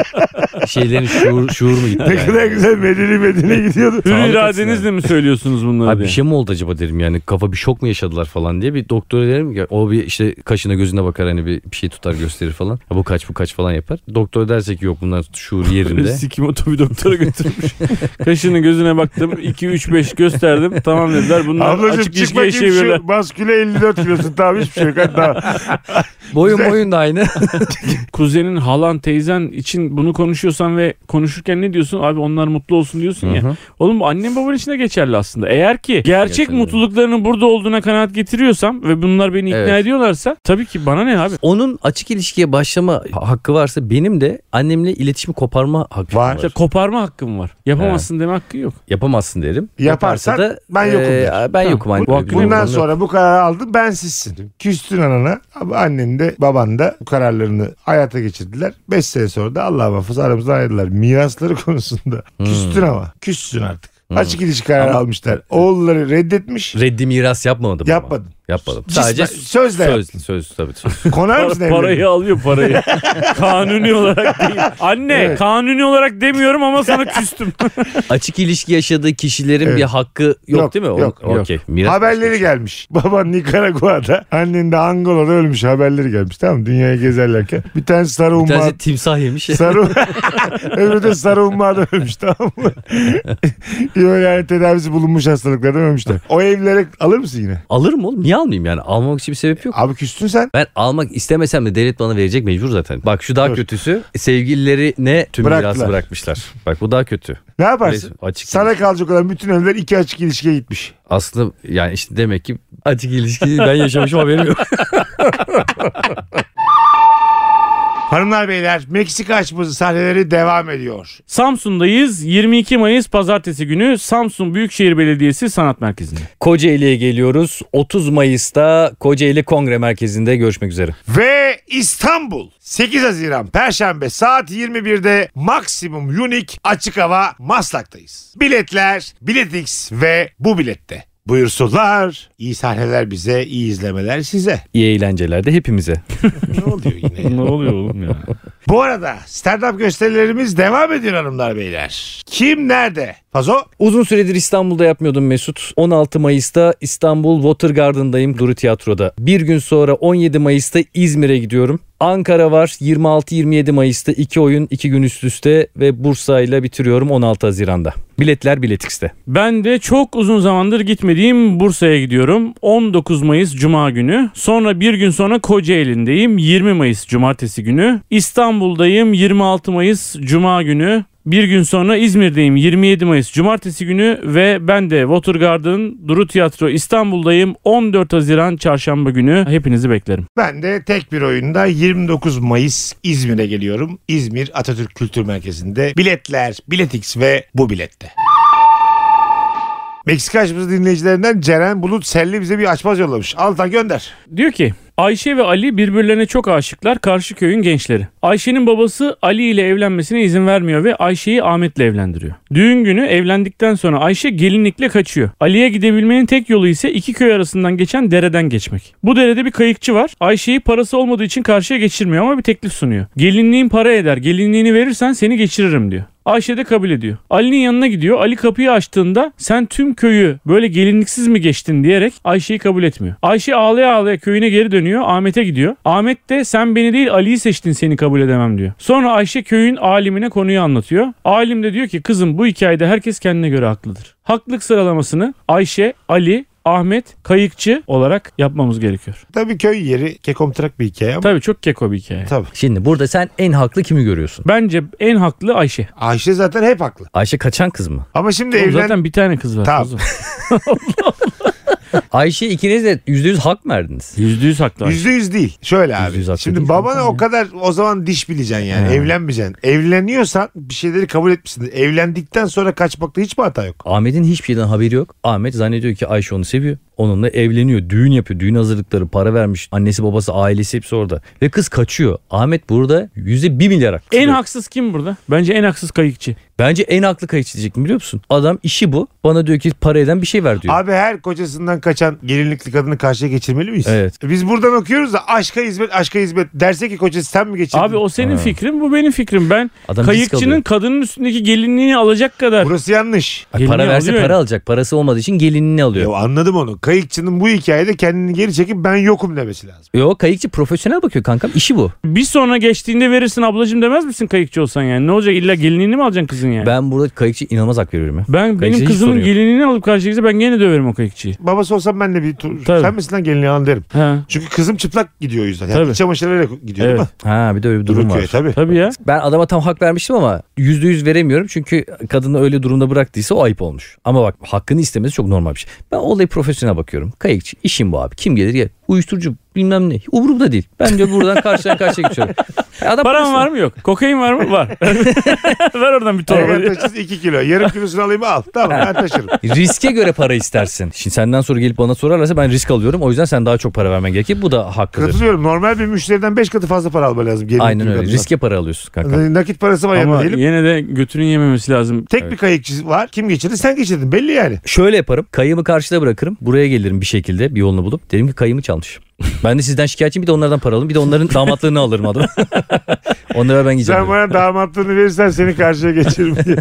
E: şeylerin şuur, şuur mu gitti?
C: Ne
E: yani?
C: kadar güzel medeni medeni gidiyordu.
D: Hür
E: Sağlık
D: iradenizle mi söylüyorsunuz bunları
E: Abi bir
D: diye.
E: şey mi oldu acaba derim yani kafa bir şok mu yaşadılar falan diye bir doktora derim ki o bir işte kaşına gözüne bakar hani bir, bir şey tutar gösterir falan. Ya bu kaç bu kaç falan yapar. Doktor derse ki yok bunlar şuur yerinde.
D: Sikim otobi doktora götürmüş. Kaşını gözüne baktım. 2 3 5 gösterdim. Tamam dediler. Bunlar
C: Ablacığım
D: açık
C: çık
D: ilişki
C: bakayım
D: yaşayabilirler.
C: şu basküle 54 kilosun tamam hiçbir şey yok. Hadi tamam.
E: boyun boyun da aynı.
D: Kuzenin, halan, teyzen için bunu konuşuyorsan ve konuşurken ne diyorsun? Abi onlar mutlu olsun diyorsun ya. Oğlum bu annem babanın için de geçerli aslında. Eğer ki gerçek
E: Geçerli.
D: mutluluklarının burada olduğuna kanaat getiriyorsam ve bunlar beni ikna
E: Evet.
D: ediyorlarsa tabii ki bana ne abi?
E: Onun açık ilişkiye başlama ha- hakkı varsa benim de annemle iletişimi koparma hakkı
C: Var.
E: var.
D: İşte koparma hakkım var. Yapamazsın deme hakkın yok.
E: Yapamazsın derim.
C: Yaparsan
E: Yaparsa e,
C: ben yokum der.
E: Ben
D: Ha,
E: yokum. anne.
D: bu hakkını
E: Benim
C: Bundan
E: babam yok.
C: sonra bu kararı aldın ben sizsin. Küstün anana. Ama Annen de baban da bu kararlarını hayata geçirdiler. 5 sene sonra da Allah muhafaza aramızdan ayrıldılar. Mirasları konusunda.
E: Hmm.
C: Küstün ama. Küssün artık. Açık ilişki kararı almışlar. Oğulları reddetmiş.
E: Reddi miras yapmadım ama.
C: Yapmadın.
E: Yapmadım.
C: Cismen-
E: Sadece
C: sözle
E: söz, söz tabii. söz.
C: Konar mısın
D: Para- parayı
C: evlerine?
D: alıyor parayı. kanuni olarak değil. Anne kanuni olarak demiyorum ama sana küstüm.
E: Açık ilişki yaşadığı kişilerin
C: Evet.
E: bir hakkı yok,
C: Yok,
E: değil mi? O-
C: yok, yok.
E: okey. Miras
C: Haberleri gelmiş. Baban Nikaragua'da, annen de Angola'da ölmüş haberleri gelmiş. Tamam mı? Dünyayı gezerlerken. Bir tane sarı
E: Bir şey.
C: umma
E: tanesi timsah yemiş.
C: Sarı öbürü de sarı ummada ölmüş tamam mı? Yok yani tedavisi bulunmuş hastalıklardan ölmüşler. O evlere alır mısın yine?
E: Alırım oğlum. Niye almayayım yani? Almamak için bir sebep yok.
C: Abi küstün sen.
E: Ben almak istemesem de devlet bana verecek mecbur zaten. Bak şu daha
C: Dur.
E: kötüsü. Sevgililerine tüm
C: Bıraktılar.
E: mirası bırakmışlar. Bak bu daha kötü.
C: Ne yaparsın?
E: Neyse, açık
C: Sana kalacak olan bütün evler iki açık ilişkiye gitmiş.
E: Aslında yani işte demek ki açık ilişkiyi ben yaşamışım haberim yok.
C: Hanımlar beyler Meksika açması sahneleri devam ediyor.
D: Samsun'dayız. 22 Mayıs pazartesi günü Samsun Büyükşehir Belediyesi Sanat Merkezi'nde.
E: Kocaeli'ye geliyoruz. 30 Mayıs'ta Kocaeli Kongre Merkezi'nde görüşmek üzere.
C: Ve İstanbul 8 Haziran Perşembe saat 21'de Maximum Unique Açık Hava Maslak'tayız. Biletler Biletix ve bu bilette. Buyursunlar. İyi sahneler bize, iyi izlemeler size.
E: İyi eğlenceler de hepimize.
C: Ne oluyor yine? ya?
D: Ne oluyor oğlum ya?
C: Bu arada stand-up gösterilerimiz devam ediyor hanımlar beyler. Kim nerede? Pazo?
E: Uzun süredir İstanbul'da yapmıyordum Mesut. 16 Mayıs'ta İstanbul Water Garden'dayım Duru Tiyatro'da. Bir gün sonra 17 Mayıs'ta İzmir'e gidiyorum. Ankara var 26-27 Mayıs'ta iki oyun iki gün üst üste ve Bursa ile bitiriyorum 16 Haziran'da. Biletler Biletix'te.
D: Ben de çok uzun zamandır gitmediğim Bursa'ya gidiyorum. 19 Mayıs Cuma günü. Sonra bir gün sonra Kocaeli'ndeyim. 20 Mayıs Cumartesi günü. İstanbul'dayım 26 Mayıs Cuma günü. Bir gün sonra İzmir'deyim 27 Mayıs Cumartesi günü ve ben de Watergarden Duru Tiyatro İstanbul'dayım 14 Haziran Çarşamba günü. Hepinizi beklerim.
C: Ben de tek bir oyunda 29 Mayıs İzmir'e geliyorum. İzmir Atatürk Kültür Merkezi'nde biletler, biletix ve bu bilette. Meksika açması dinleyicilerinden Ceren Bulut Selli bize bir açmaz yollamış. Alta gönder.
D: Diyor ki Ayşe ve Ali birbirlerine çok aşıklar karşı köyün gençleri. Ayşe'nin babası Ali ile evlenmesine izin vermiyor ve Ayşe'yi Ahmet'le evlendiriyor. Düğün günü evlendikten sonra Ayşe gelinlikle kaçıyor. Ali'ye gidebilmenin tek yolu ise iki köy arasından geçen dereden geçmek. Bu derede bir kayıkçı var. Ayşe'yi parası olmadığı için karşıya geçirmiyor ama bir teklif sunuyor. Gelinliğin para eder gelinliğini verirsen seni geçiririm diyor. Ayşe de kabul ediyor. Ali'nin yanına gidiyor. Ali kapıyı açtığında sen tüm köyü böyle gelinliksiz mi geçtin diyerek Ayşe'yi kabul etmiyor. Ayşe ağlaya ağlaya köyüne geri dönüyor. Ahmet'e gidiyor. Ahmet de sen beni değil Ali'yi seçtin seni kabul edemem diyor. Sonra Ayşe köyün alimine konuyu anlatıyor. Alim de diyor ki kızım bu hikayede herkes kendine göre haklıdır. Haklık sıralamasını Ayşe, Ali, Ahmet, kayıkçı olarak yapmamız gerekiyor.
C: Tabii köy yeri kekomtrak bir hikaye ama.
D: Tabii çok keko bir hikaye.
C: Tabii.
E: Şimdi burada sen en haklı kimi görüyorsun?
D: Bence en haklı Ayşe.
C: Ayşe zaten hep haklı.
E: Ayşe kaçan kız mı?
C: Ama şimdi
D: Oğlum
C: evlen...
D: Zaten bir tane kız var.
C: Tamam.
D: kuzum.
E: Ayşe ikiniz de %100 hak mı verdiniz?
D: Yüzde yüz haklı.
C: Yüzde yüz değil. Şöyle abi.
E: Yüzde yüz haklı
C: Şimdi
E: değil
C: babana
E: zaten
C: o kadar o zaman diş bileceksin yani. Evlenmeyeceksin. Evleniyorsan bir şeyleri kabul etmişsin. Evlendikten sonra kaçmakta hiç mi hata yok?
E: Ahmet'in hiçbir şeyden haberi yok. Ahmet zannediyor ki Ayşe onu seviyor. Onunla evleniyor. Düğün yapıyor. Düğün hazırlıkları para vermiş. Annesi babası ailesi hepsi orada. Ve kız kaçıyor. Ahmet burada yüzde bir milyar haklı.
D: En haksız kim burada? Bence en haksız kayıkçı.
E: Bence en haklı kayıtçı diyecektim biliyor musun? Adam işi bu. Bana diyor ki para eden bir şey ver diyor.
C: Abi her kocasından kaçan gelinlikli kadını karşıya geçirmeli miyiz? E
E: Evet.
C: Biz buradan okuyoruz da aşka hizmet aşka hizmet derse ki kocası sen mi geçirdin?
D: Abi o senin fikrin bu benim fikrim. Ben
E: Adam risk
D: kayıkçının
E: alıyor.
D: kadının üstündeki gelinliğini alacak kadar.
C: Burası yanlış.
E: Ay,
D: Gelini
E: para verse
D: alıyor
E: para
D: ya.
E: alacak. Parası olmadığı için gelinini alıyor.
C: Yo, anladım onu. Kayıkçının bu hikayede kendini geri çekip ben yokum demesi lazım.
E: Yo kayıkçı profesyonel bakıyor kankam. İşi bu.
D: Bir sonra geçtiğinde verirsin ablacığım demez misin kayıkçı olsan yani? Ne olacak illa gelinliğini mi alacaksın kızın yani? Ben,
E: Ben burada kayıkçı inanılmaz hak veriyorum ya. Kayıkçı
D: benim
E: hiç sorun
D: kızımın
E: yok.
D: gelinliğini alıp karşıya gitse ben gene döverim o kayıkçıyı.
C: Babası olsam ben de bir tur.
D: Tabii.
C: Sen misin lan gelini alın derim.
D: Ha.
C: Çünkü kızım çıplak gidiyor o yüzden. Yani
D: Tabii.
C: iç çamaşırıyla gidiyor
D: Evet.
C: değil mi?
E: Ha bir de öyle bir durum
C: Durum
E: var.
C: köye tabii.
D: Tabii ya.
E: Ben adama tam hak vermiştim ama yüzde yüz veremiyorum. Çünkü kadını öyle durumda bıraktıysa o ayıp olmuş. Ama bak hakkını istemesi çok normal bir şey. Ben olayı profesyonel bakıyorum. Kayıkçı işim bu abi. Kim gelir gel. Uyuşturucu bilmem ne. Umurumda değil. Ben diyor buradan karşıya karşıya geçiyorum. Yani adam
D: Param
E: parasını-
D: var mı yok? Kokain var mı? Var. Ver oradan bir torba.
C: Torba taşısın 2 kilo. Yarım kilosunu alayım al. Tamam ben taşırım.
E: Riske göre para istersin. Şimdi senden sonra gelip bana sorarlarsa ben risk alıyorum. O yüzden sen daha çok para vermen gerekir. Bu da hakkıdır.
C: Katılıyorum. Normal bir müşteriden 5 katı fazla para alma lazım. Gelinlik
E: Aynen
C: gibi
E: öyle.
C: kadınlar.
E: Riske para alıyorsun kanka.
C: Nakit parası var yanında
D: Ama
C: diyelim.
D: yine de götünün yememesi lazım.
C: Tek bir kayıkçı var. Kim geçirdi? Sen geçirdin. Belli yani.
E: Şöyle yaparım. Kayımı karşıda bırakırım. Buraya gelirim bir şekilde bir yolunu bulup. Derim ki kayımı çalmış. Ben de sizden şikayetçiyim bir de onlardan para alırım. Bir de onların damatlığını alırım adam. Onlara ben gideceğim.
C: Sen bana damatlığını verirsen seni karşıya geçiririm diye.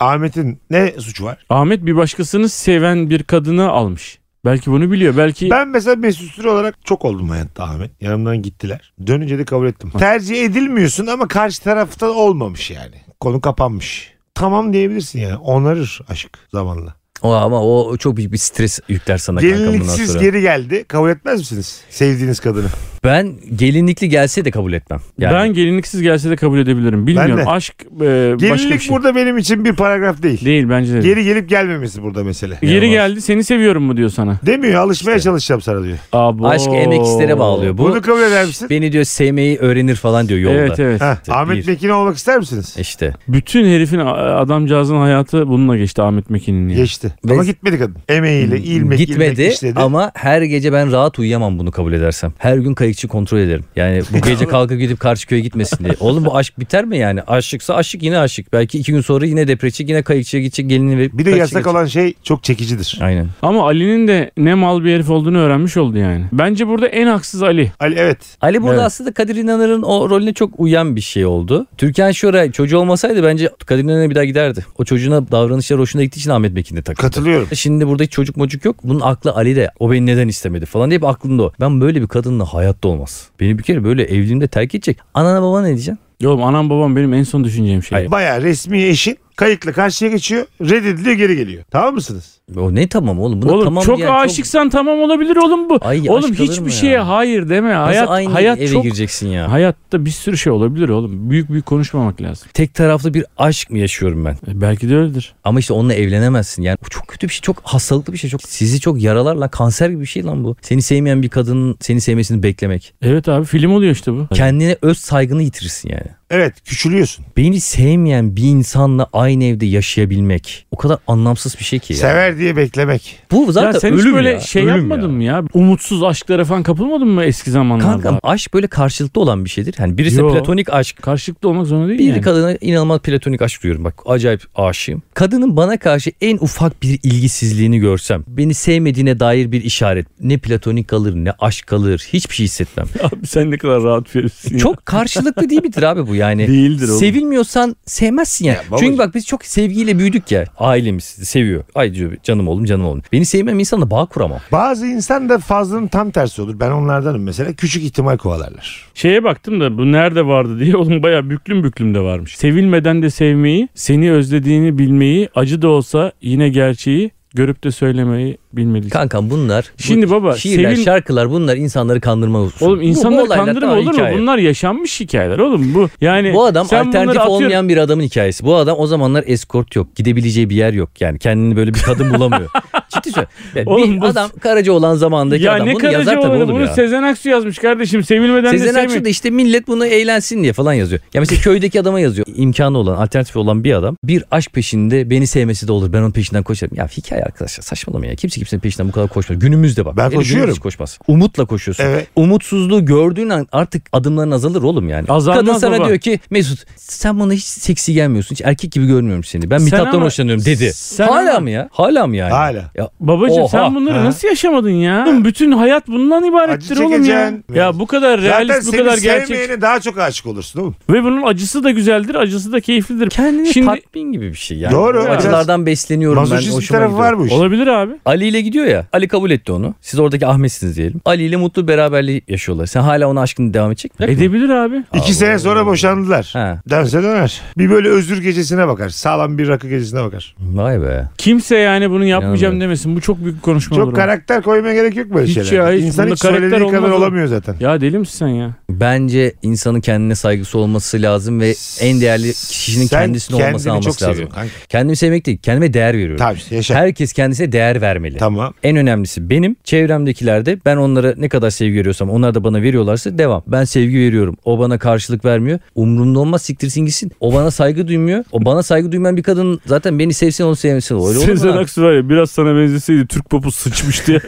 C: Ahmet'in ne suçu var?
D: Ahmet bir başkasını seven bir kadını almış. Belki bunu biliyor. Belki
C: Ben mesela Mesut Süre olarak çok oldum hayatta Ahmet. Yanımdan gittiler. Dönünce de kabul ettim. Tercih edilmiyorsun ama karşı tarafta olmamış yani. Konu kapanmış. Tamam diyebilirsin yani. Onarır aşk zamanla.
E: O ama o çok büyük bir stres yükler sana kanka bundan
C: Gelinliksiz
E: sonra.
C: geri geldi. Kabul etmez misiniz? Sevdiğiniz kadını.
E: ben gelinlikli gelse de kabul etmem. Yani
D: ben gelinliksiz gelse de kabul edebilirim. Bilmiyorum.
C: Ben de.
D: Aşk e, başka bir
C: Gelinlik
D: şey.
C: burada benim için bir paragraf değil.
D: Değil bence de. değil.
C: Geri gelip gelmemesi burada mesele.
D: Yeri geldi seni seviyorum mu diyor sana.
C: Demiyor alışmaya çalışacağım sana diyor.
D: Abo.
E: aşk emek istere bağlıyor. Bu
C: Bunu kabul eder misin?
E: beni diyor sevmeyi öğrenir falan diyor yolda.
D: Evet evet.
C: Ha,
E: İşte
C: Ahmet
E: bir-
C: Mekin olmak ister misiniz?
E: İşte
D: Bütün herifin adamcağızın hayatı bununla geçti Ahmet Mekin'in. Yani.
C: Geçti. Ama
E: Ve-
C: gitmedi kadın. Emeğiyle, ilmek,
E: Hmm, gitmedi
C: ilmek işledi.
E: ama her gece ben rahat uyuyamam bunu kabul edersem. Her gün kayıkçı kontrol ederim. Yani bu gece kalkıp gidip karşı köye gitmesin diye. Oğlum bu aşk biter mi yani? Aşıksa aşık yine aşık. Belki iki gün sonra yine depreçik yine kayıkçıya gidecek gelini verip
C: Bir de
E: kayıkçıya
C: yasak
E: gidecek.
C: olan şey çok çekicidir.
E: Aynen.
D: Ama Ali'nin de ne mal bir herif olduğunu öğrenmiş oldu yani. Bence burada en haksız Ali.
C: Ali evet.
E: Ali burada
D: Evet.
E: aslında Kadir İnanır'ın o rolüne çok uyan bir şey oldu. Türkan Şoray çocuğu olmasaydı bence Kadir İnanır'a bir daha giderdi. O çocuğuna davranışları hoşuna gittiği için Ahmet Mekin'de takıldı.
C: Katılıyorum.
E: Şimdi burada hiç çocuk mocuk yok. Bunun aklı Ali de. O beni neden istemedi falan diye hep aklında o. Ben böyle bir kadınla hayatta olmaz. Beni bir kere böyle evliliğimde terk edecek. Anana babana ne diyeceksin?
D: Oğlum anam babam benim en son düşüneceğim şey.
C: Baya resmi eşin kayıkla karşıya geçiyor. Reddediliyor geri geliyor. Tamam mısınız?
E: O ne tamam oğlum? Buna
D: oğlum
E: tamam
D: çok
E: diyen
D: aşıksan tamam olabilir oğlum bu.
E: Ay,
D: oğlum
E: aşk olur
D: hiçbir
E: mu ya?
D: şeye hayır deme.
E: Nasıl
D: Hayat
E: aynı eve
D: hayat çok
E: gireceksin ya?
D: hayatta bir sürü şey olabilir oğlum. Büyük büyük konuşmamak lazım.
E: Tek taraflı bir aşk mı yaşıyorum ben?
D: E, belki de öyledir.
E: Ama işte onunla evlenemezsin. Yani bu çok kötü bir şey. Çok hastalıklı bir şey. Çok sizi çok yaralar lan. Kanser gibi bir şey lan bu. Seni sevmeyen bir kadının seni sevmesini beklemek.
D: Evet abi film oluyor işte bu.
E: Kendine öz saygını yitirirsin yani.
C: Evet küçülüyorsun.
E: Beni sevmeyen bir insanla aynı evde yaşayabilmek o kadar anlamsız bir şey ki. ya.
C: Sever diye beklemek.
E: Bu zaten
D: ya sen hiç
E: ölüm
D: böyle
E: ya.
D: şey
E: Ölüm
D: yapmadın mı ya? Umutsuz aşklara falan kapılmadın mı eski zamanlarda?
E: Kanka aşk böyle karşılıklı olan bir şeydir. Hani birisi
D: Yo.
E: platonik aşk.
D: Karşılıklı olmak zorunda değil
E: Bir
D: yani.
E: kadına inanılmaz platonik aşk duyuyorum. Bak acayip aşığım. Kadının bana karşı en ufak bir ilgisizliğini görsem, beni sevmediğine dair bir işaret. Ne platonik kalır ne aşk kalır. Hiçbir şey hissetmem.
D: Abi sen ne kadar rahat verirsin.
E: Çok karşılıklı değil midir abi bu yani?
D: Değildir oğlum.
E: Sevilmiyorsan sevmezsin yani.
C: Ya babacığım.
E: Çünkü bak biz çok sevgiyle büyüdük ya. Ailemiz seviyor. Ay diyor canım oğlum canım oğlum. Beni sevmem insanla bağ kuramam.
C: Bazı insan da fazlının tam tersi olur. Ben onlardanım mesela. Küçük ihtimal kovalarlar.
D: Şeye baktım da bu nerede vardı diye oğlum bayağı büklüm büklüm de varmış. Sevilmeden de sevmeyi, seni özlediğini bilmeyi, acı da olsa yine gerçeği görüp de söylemeyi bilmediği için.
E: Kankam bunlar
D: Şimdi
E: bu
D: baba,
E: şiirler,
D: Sevim-
E: şarkılar bunlar insanları kandırma hususu.
D: Oğlum
E: Bu-
D: insanları
E: olaylar
D: kandırma
E: daha
D: olur mu?
E: hikaye.
D: Bunlar yaşanmış hikayeler oğlum bu. Yani
E: Bu adam
D: sen bunları
E: alternatif
D: atıyorum-
E: olmayan bir adamın hikayesi. Bu adam o zamanlar eskort yok. Gidebileceği bir yer yok. Yani kendini böyle bir kadın bulamıyor. Ciddi söylüyorum. Yani
D: Oğlum
E: bir
D: bu-
E: adam Karaca olan zamandaki
D: Ya
E: adam
D: ne
E: bunu yazar
D: kadar
E: tabii
D: olur
E: oğlum
D: bunu
E: ya.
D: Sezen Aksu yazmış kardeşim sevilmeden de
E: Sezen
D: sevmiyor.
E: Aksu da işte millet bunu eğlensin diye falan yazıyor. Ya mesela köydeki adama yazıyor. İmkanı olan, alternatifi olan bir adam bir aşk peşinde beni sevmesi de olur. Ben onun peşinden koşarım. Ya hikaye arkadaşlar saçmalama ya. Kimse kimsenin peşinden bu kadar koşmaz. Günümüzde bak.
C: Ben
E: Hele
C: koşuyorum.
E: günümüz Koşmaz. Umutla koşuyorsun.
C: Evet.
E: Umutsuzluğu gördüğün an artık adımların azalır oğlum yani.
D: Azalmaz
E: Kadın sana
D: baba.
E: diyor ki Mesut sen bana hiç seksi gelmiyorsun. Hiç erkek gibi görmüyorum seni. Ben
D: Sen
E: Mithat'tan
D: ama-
E: hoşlanıyorum dedi.
D: Sen
E: Hala
D: ama-
E: mı ya? Hala mı yani?
C: Hala.
E: Ya,
D: Babacım
E: Oha.
D: sen bunları
C: Ha.
D: nasıl yaşamadın ya? Oğlum bütün hayat bundan ibarettir
C: Acı
D: oğlum ya.
C: çekeceksin.
D: Ya bu kadar
C: Zaten
D: realist bu
C: seni
D: kadar gerçek.
C: sevmeyene daha çok aşık olursun oğlum.
D: Ve bunun acısı da güzeldir acısı da keyiflidir.
E: kendini
D: Şimdi-
E: tatmin gibi bir şey yani.
C: Doğru.
E: O Acılardan besleniyorum ben.
C: Mazoşist bir
E: Hoşuma
C: tarafı var
E: gidiyor.
C: mı?
D: Olabilir abi.
E: Ali ile gidiyor ya. Ali kabul etti onu. Siz oradaki Ahmet'siniz diyelim. Ali ile mutlu beraberliği yaşıyorlar. Sen hala ona aşkın devam edecek mi?
D: Edebilir abi.
C: İki sene sonra boşandılar.
E: Ha.
C: Dönse döner. Bir böyle özür gecesine bakar. Sağlam bir rakı gecesine bakar.
E: Vay be.
D: Kimse yani bunu yapmayacağım
E: İnanmıyorum.
D: demesin. Bu çok büyük bir konuşma olur.
C: Çok
D: ama.
C: karakter koymaya gerek yok böyle
D: Hiç
C: şeyler.
D: ya, hiç.
C: İnsan
D: Bunda
C: hiç
D: karakter
C: söylediği kadar
D: olmaz oğlum.
C: olamıyor zaten.
D: Ya deli misin sen ya?
E: Bence insanın kendine saygısı olması lazım
D: E,
E: ve en değerli kişinin
C: Sen
E: kendisini
C: kendini
E: olmasını
C: çok
E: alması lazım.
C: seviyorsun kanka.
E: Kendimi sevmek değil, kendime değer veriyorum.
C: Tabii yaşa.
E: Herkes kendisine değer vermeli.
C: Tamam.
E: En önemlisi benim, çevremdekiler de ben onlara ne kadar sevgi veriyorsam onlar da bana veriyorlarsa devam. Ben sevgi veriyorum. O bana karşılık vermiyor. Umurumda olmaz siktirsin gitsin. O bana saygı duymuyor. O bana saygı duymayan bir kadın zaten beni sevsin onu sevmesin. Öyle olur mu
D: Sezen
E: lan?
D: Aksu var ya biraz sana benzeseydi Türk popu sıçmıştı ya.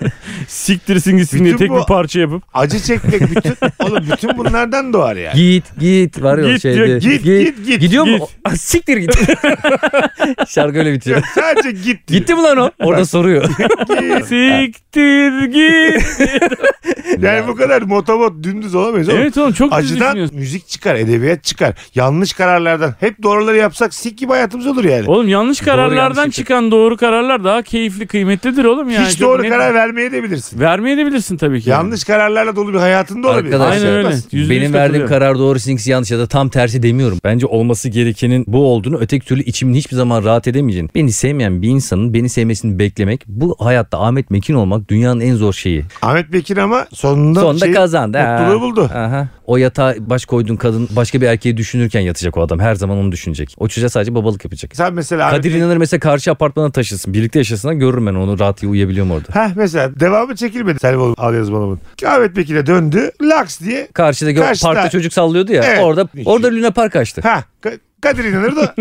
D: Siktirsin gitsin diye
C: Bütün
D: tek
C: bu-
D: bir parça yapıp.
C: Acı çekmek bütün oğlum bütün bunlardan doğar yani.
E: Git git var ya
D: Git
E: şeyde.
D: diyor, git,
C: git, git,
E: Gidiyor
D: git.
E: mu? Ah, Siktir git. Şarkı öyle bitiyor.
C: Sadece git diyor.
E: Gitti mi lan o? Orada soruyor.
C: Git.
D: Siktir git.
C: Yani bu kadar motomot dümdüz olamayız oğlum.
D: evet oğlum çok düz
C: Acıdan
D: düşünüyorsun.
C: müzik çıkar, edebiyat çıkar. Yanlış kararlardan hep doğruları yapsak sik gibi hayatımız olur yani.
D: Oğlum yanlış kararlardan
E: yanlış
D: çıkan doğru kararlar daha keyifli kıymetlidir oğlum yani.
C: Hiç
D: Çok
C: doğru
D: net-
C: karar vermeyebilirsin.
D: Vermeyebilirsin tabii ki.
C: Yanlış kararlarla dolu bir hayatın da olabilir.
E: Arkadaşlar,
D: Aynen öyle.
C: Olmaz.
D: Yüzde yüz
E: Benim verdiğim
D: katılıyorum.
E: karar doğru sizinkisi yanlış ya da tam tersi demiyorum. Bence olması gerekenin bu olduğunu öteki türlü içimin hiçbir zaman rahat edemeyeceğini. Beni sevmeyen bir insanın beni sevmesini beklemek bu hayatta Ahmet Mekin olmak dünyanın en zor şeyi.
C: Ahmet Bekir ama sonunda,
E: Sonunda
C: şey-
E: kazandı. Ha.
C: mutluluğu buldu.
E: Aha. O yatağa baş koyduğun kadın başka bir erkeği düşünürken yatacak o adam. Her zaman onu düşünecek. O çocuğa sadece babalık yapacak.
C: Sen mesela Ahmet
E: Kadir İnanır mesela karşı apartmana taşısın. Birlikte yaşasınlar görürüm ben onu rahat uyuyabiliyorum orada.
C: Heh mesela devamı çekilmedi Selvi Al Yazmalı'nın. Ahmet Bekir'e döndü. Laks diye.
E: Karşıdaki
C: Karşıda-
E: o parkta çocuk sallıyordu ya.
C: Evet.
E: Orada orada Luna Park açtı.
C: Ha Ka- Kadir İnanır da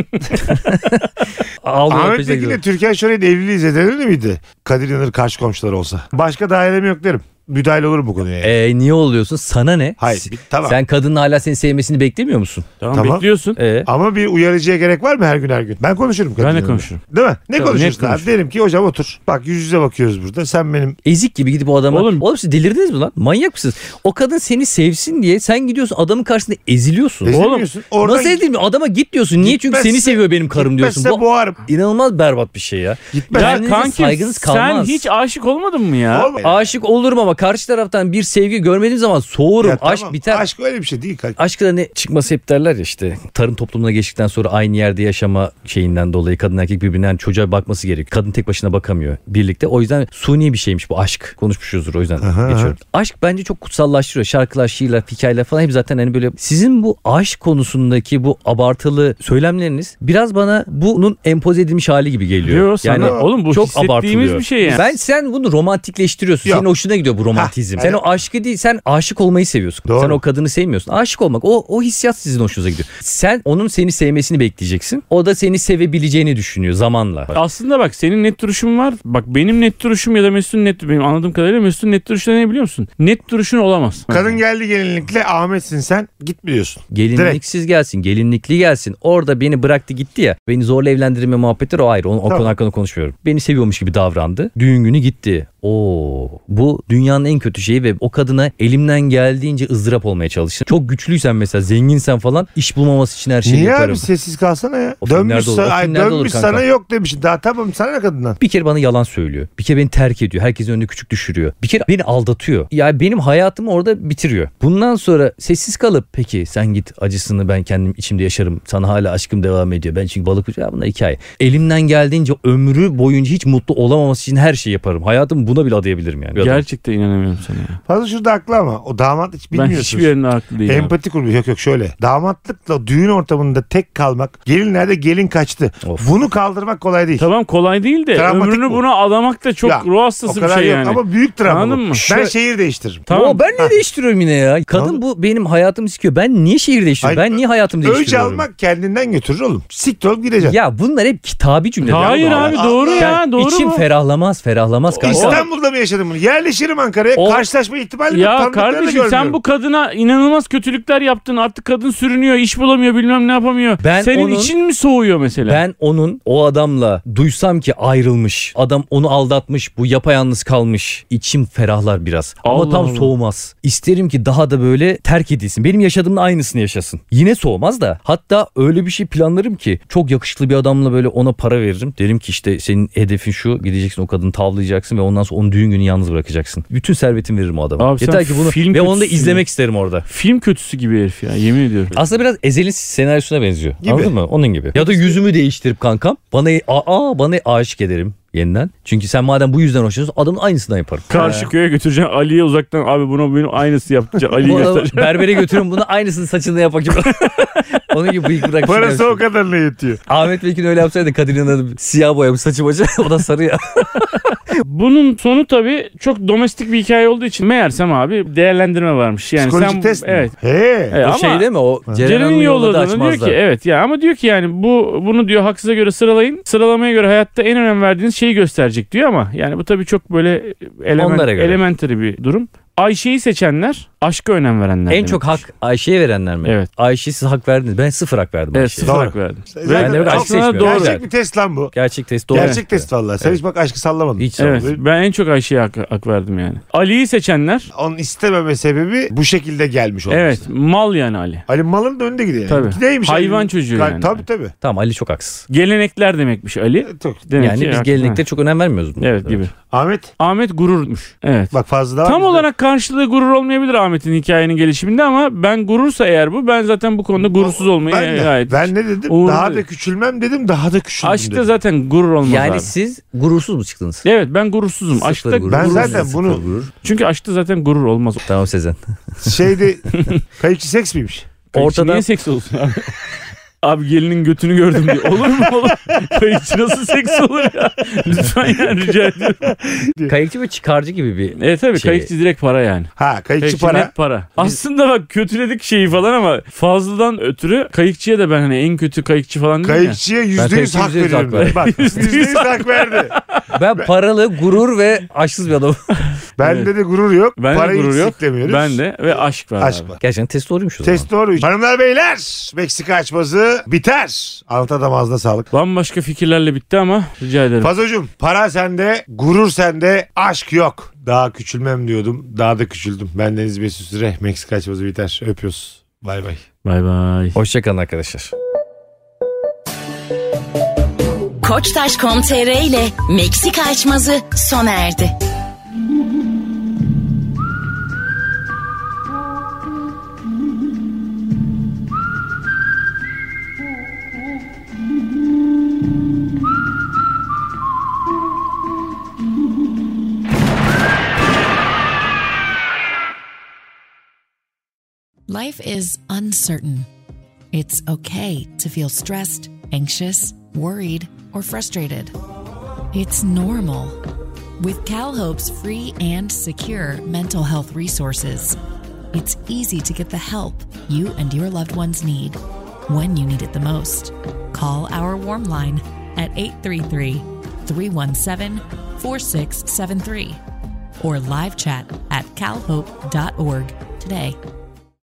E: Ağlıyor,
C: Ahmet
E: öpecek
C: Bekir'le
E: gibi.
C: Türkan Şoray'ın evliliği zedelenir miydi? Kadir İnanır karşı komşular olsa. Başka dairem yok derim. Müdahil olur bu konuya. yani.
E: E, niye oluyorsun? Sana ne?
C: Hayır, bir- tamam.
E: Sen kadının hala seni sevmesini beklemiyor musun?
D: Tamam,
C: Tamam.
D: bekliyorsun.
E: E,
C: Ama bir uyarıcıya gerek var mı her gün her gün? Ben konuşurum Kadir
D: ben de
C: İnanır'la.
D: konuşurum.
C: Değil mi? Ne
D: Tabii,
C: konuşursun
D: net
C: abi?
D: konuşurum.
C: Derim ki hocam otur. Bak yüz yüze bakıyoruz burada. Sen benim
E: ezik gibi gidip o adama.
D: Oğlum-
E: Oğlum, siz delirdiniz mi lan? Manyak mısınız? O kadın seni sevsin diye sen gidiyorsun adamın karşısında eziliyorsun.
C: ezilmiyorsun. Oradan
E: Nasıl ezilmiyor? Adama git diyorsun. Niye? Çünkü
C: Gitmezse-
E: seni seviyor benim karım diyorsun.
C: gitmezse
E: Bu
C: boğarım.
E: inanılmaz berbat bir şey ya.
C: Gitmez.
D: Ya
E: Kendinize
D: kankim,
E: saygınız kalmaz.
D: sen hiç aşık olmadın mı ya?
C: Olmaz.
E: Aşık olurum ama karşı taraftan bir sevgi görmediğim zaman soğurum.
C: Ya
E: Aşk
C: tamam,
E: biter.
C: Aşk öyle bir şey değil. Kadir.
E: Aşkla ne çıkması hep derler ya işte tarım toplumuna geçtikten sonra aynı yerde yaşama şeyinden dolayı kadın erkek birbirinden çocuğa bakması gerekiyor. Kadın tek başına bakamıyor birlikte. O yüzden suni bir şeymiş bu aşk. Konuşmuşuzdur o yüzden
C: Aha,
E: geçiyorum. Aşk bence çok kutsallaştırıyor. Şarkılar, şiirler, hikayeler falan hep zaten hani böyle sizin bu aşk konusundaki bu abartılı söylemleriniz biraz bana bunun empoze edilmiş hali gibi geliyor.
D: Yo, sana- oğlum bu hissettiğimiz bir şey yani.
E: Ben sen bunu romantikleştiriyorsun.
C: Yok.
E: Senin hoşuna gidiyor bu romantizm.
C: Hah,
E: sen
C: evet.
E: o aşkı değil sen aşık olmayı seviyorsun.
C: Doğru.
E: Sen o kadını sevmiyorsun. Aşık olmak o, o hissiyat sizin hoşunuza gidiyor. Sen onun seni sevmesini bekleyeceksin. O da seni sevebileceğini düşünüyor zamanla.
D: Aslında bak senin net duruşun var. Bak benim net duruşum ya da Mesut'un net benim anladığım kadarıyla Mesut'un net duruşu da ne biliyor musun? Net duruşun olamaz.
C: Kadın geldi gelinlikle Ahmet'sin sen gitmiyorsun.
E: Gelinliksiz gelsin, gelinlikli gelsin. Orada beni bıraktı gitti ya. Beni zorla evlendirme muhabbetleri o ayrı. Onu, o
C: Tamam.
E: konu hakkında konuşmuyorum. Beni seviyormuş gibi davrandı. Düğün günü gitti. Oo, bu dünya dünyanın en kötü şeyi ve o kadına elimden geldiğince ızdırap olmaya çalıştım. Çok güçlüysen mesela zenginsen falan iş bulmaması için her şeyi
C: Niye
E: yaparım.
C: abi sessiz kalsana ya?
E: şey O filmlerde
C: Dönmüş,
E: olur.
C: sana,
E: O
C: ay,
E: filmlerde olur
C: dönmüş
E: kanka.
C: sana yok demişsin. Daha tamam sana ne kadından?
E: Bir kere bana yalan söylüyor. Bir kere beni terk ediyor. Herkesin önünü küçük düşürüyor. Bir kere beni aldatıyor. Yani benim hayatımı orada bitiriyor. Bundan sonra sessiz kalıp peki sen git acısını ben kendim içimde yaşarım. Sana hala aşkım devam ediyor. Ben çünkü balık uçağı buna hikaye. Elimden geldiğince ömrü boyunca hiç mutlu olamaması için her şeyi yaparım. Hayatımı buna bile adayabilirim yani. Bir adam.
D: Gerçekten inanamıyorum sana. ya.
C: Fazla şurada haklı ama o damat hiç
D: Ben
C: bilmiyorsun.
D: hiçbir yerinde haklı değilim. abi.
C: Empati kurmuyor. Yok yok şöyle. Damatlıkla düğün ortamında tek kalmak. Gelin nerede gelin kaçtı.
E: Of.
C: Bunu kaldırmak kolay değil.
D: Tamam kolay değil de
C: Travmatik
D: ömrünü
C: bu.
D: buna adamak da çok
C: Ya,
D: ruh
C: o
D: hastası bir
C: kadar
D: şey
C: yok
D: yani.
C: ama büyük travma.
D: Anladın
C: bu.
D: mı?
C: Ben
E: Şöyle-
C: şehir değiştiririm.
D: Tamam.
E: Oo, ben
C: Ha.
E: niye değiştiriyorum yine ya? Kadın bu benim hayatımı sikiyor. Ben niye şehir değiştiriyorum?
C: Hayır,
E: Ben niye hayatımı
C: Ölç
E: değiştiriyorum?
C: almak kendinden götürür oğlum. Siktir olup gideceksin.
E: Ya bunlar hep kitabi cümleler.
D: Hayır
E: Allah
D: abi
E: Allah.
D: doğru
C: Ya,
D: ya
E: Yani
D: doğru
E: İçim
D: mu?
E: ferahlamaz ferahlamaz kanka.
C: İstanbul'da mı yaşadın bunu? Yerleşirim Ankara'ya.
E: O-
C: Karşılaşma ihtimali yok.
D: Ya
C: Tanıdıkları da
D: kardeşim sen
C: görmüyorum.
D: bu kadına inanılmaz kötülükler yaptın. Artık kadın sürünüyor, iş bulamıyor, bilmem ne yapamıyor.
E: Ben
D: Senin
E: onun-
D: için mi soğuyor mesela?
E: Ben onun o adamla duysam ki ayrılmış. Adam onu aldatmış. Bu yapayalnız kalmış. İçim ferahlar biraz. Ama
D: Allah
E: tam
D: Allah.
E: soğumaz. İsterim ki daha da böyle terk edilsin. Benim yaşadığımın aynısını yaşasın. Yine soğumaz da. Hatta öyle bir şey planlarım ki çok yakışıklı bir adamla böyle ona para veririm. Derim ki işte senin hedefin şu. Gideceksin o kadını tavlayacaksın ve ondan sonra onu düğün günü yalnız bırakacaksın. Bütün servetimi veririm o adama.
D: Abi sen
E: Yeter ki bunu
D: film
E: ve onu da
D: kötüsün
E: izlemek isterim orada.
D: Film kötüsü gibi herif ya yemin ediyorum.
E: Aslında biraz Ezel'in senaryosuna benziyor.
C: Gibi.
E: Anladın mı? Onun gibi. Ya da yüzümü değiştirip kankam bana e, aa bana aşık ederim yeniden. Çünkü sen madem bu yüzden hoşlanıyorsun adamın aynısından yaparım.
D: Karşı köye götüreceğim Ali'ye uzaktan abi bunu benim aynısı yaptı. Ali'yi
E: Bu adamı
D: göstereceğim.
E: berbere götürün bunu aynısını saçında yapak gibi. Onun gibi bıyık bırak.
C: Parası o kadarına yetiyor.
E: Ahmet Bekir öyle yapsaydı Kadir İnanır siyah boyamış saçı başı o da sarı ya.
D: Bunun sonu tabii çok domestik bir hikaye olduğu için meğersem abi değerlendirme varmış. Yani
C: Psikolojik
D: sen,
C: test mi?
D: Evet.
C: He.
D: Evet,
E: o
D: ama-
E: şey değil mi o Ceren'in
D: Ceren'in
E: yolunu da
D: yolladığını diyor
E: açmazlar.
D: ki evet ya ama diyor ki yani bu bunu diyor haksıza göre sıralayın. Sıralamaya göre hayatta en önem verdiğiniz şeyi gösterecek diyor ama yani bu tabii çok böyle element,
E: Onlara göre.
D: elementary bir durum. Ayşe'yi seçenler aşka önem verenler.
E: en
D: demek.
E: çok hak Ayşe'ye verenler mi?
D: Evet.
E: Ayşe siz hak verdiniz. Ben sıfır hak verdim
D: Evet
E: Ayşe'ye.
D: sıfır
C: Doğru.
D: hak verdim.
C: Zaten
E: Ben de
C: çok-
E: aşk seçmiyorum.
D: doğru.
C: Gerçek bir test lan bu.
E: Gerçek test doğru.
C: Gerçek test vallahi. Sen hiç bak aşkı sallamadın.
E: Hiç
D: Evet
E: evet.
D: ben en çok Ayşe'ye hak, hak verdim yani. Ali'yi seçenler
C: Onun istememe sebebi bu şekilde gelmiş olması.
D: evet mal yani Ali.
C: Ali malın da önünde gidiyor. yani.
D: Tabii.
C: Gideymiş
D: Hayvan
C: Ali.
D: çocuğu
C: Ka-
D: yani.
C: Tabii tabii.
E: Tamam Ali çok haksız.
D: Gelenekler demekmiş Ali.
C: Çok.
D: Demek
E: yani
D: ki
E: biz
D: hak-
E: gelenekte çok önem vermiyoruz. buna.
D: Evet gibi.
C: Ahmet
D: Ahmet gururmuş. Evet.
C: bak fazla daha
D: Tam
C: güzel.
D: olarak karşılığı gurur olmayabilir Ahmet'in hikayenin gelişiminde ama ben gurursa eğer bu ben zaten bu konuda gurursuz olmayı
C: ben, de-
D: gayet.
C: ben ne dedim?
D: Uğurlu
C: daha da
D: dedim.
C: küçülmem dedim. Daha da küçüldüm
D: Aşkta
C: dedim.
D: zaten gurur olmaz
E: Yani
D: abi.
E: siz gurursuz mu çıktınız?
D: Evet ben gurursuzum.
E: Sıfır
D: Aşkta
E: gurur.
C: Ben
D: gurur-
C: zaten
E: Sıfır
C: bunu-
E: gurur.
D: Çünkü aşkta zaten gurur olmaz.
E: Tamam Sezen.
C: Şeydi kayıkçı seks miymiş?
D: Ortada
E: Ortadan-
D: niye seks olsun abi? Abi gelinin götünü gördüm diye. Olur mu oğlum? Kayıkçı nasıl seks olur ya? Lütfen yani rica ediyorum.
E: Kayıkçı ve çıkarcı gibi bir...
D: Evet tabii
E: Şey-
D: kayıkçı direkt para yani.
C: Ha kayıkçı
D: Kayıkçı
C: para.
D: net para. Aslında bak kötüledik şeyi falan ama fazladan ötürü kayıkçıya da ben hani en kötü kayıkçı falan değil ya.
C: Kayıkçıya yüzde yüz
E: kayıkçıya
C: hak
D: şey
E: yüzde yüz
C: veriyorum.
E: hak verdim.
C: Bak yüzde yüz hak verdi.
E: Ben paralı, gurur ve aşksız bir adamım.
C: Bende de gurur yok.
D: Ben
C: Parayı
D: de gurur
C: hiç
D: yok.
C: siklemiyoruz.
D: Ben de ve aşk var
C: Aşk
D: abi.
C: var.
E: Gerçekten test doğruymuş o zaman.
C: Test doğru. Hanımlar beyler Meksika açması biter. Anlatan adam ağzına sağlık.
D: Bambaşka fikirlerle bitti ama rica ederim.
C: Fazocuğum para sende, gurur sende, aşk yok. Daha küçülmem diyordum. Daha da küçüldüm. Ben Deniz Mesut Süre. Meksika açması biter. Öpüyoruz. Bay bay.
D: Bay bay.
E: Hoşçakalın arkadaşlar.
B: Koçtaş.com.tr ile Meksika açmazı sona erdi.
A: Life is uncertain. It's okay to feel stressed, anxious, worried, or frustrated. It's normal. With CalHope's free and secure mental health resources, it's easy to get the help you and your loved ones need when you need it the most. Call our warm line at 833 317 4673 or live chat at calhope.org today.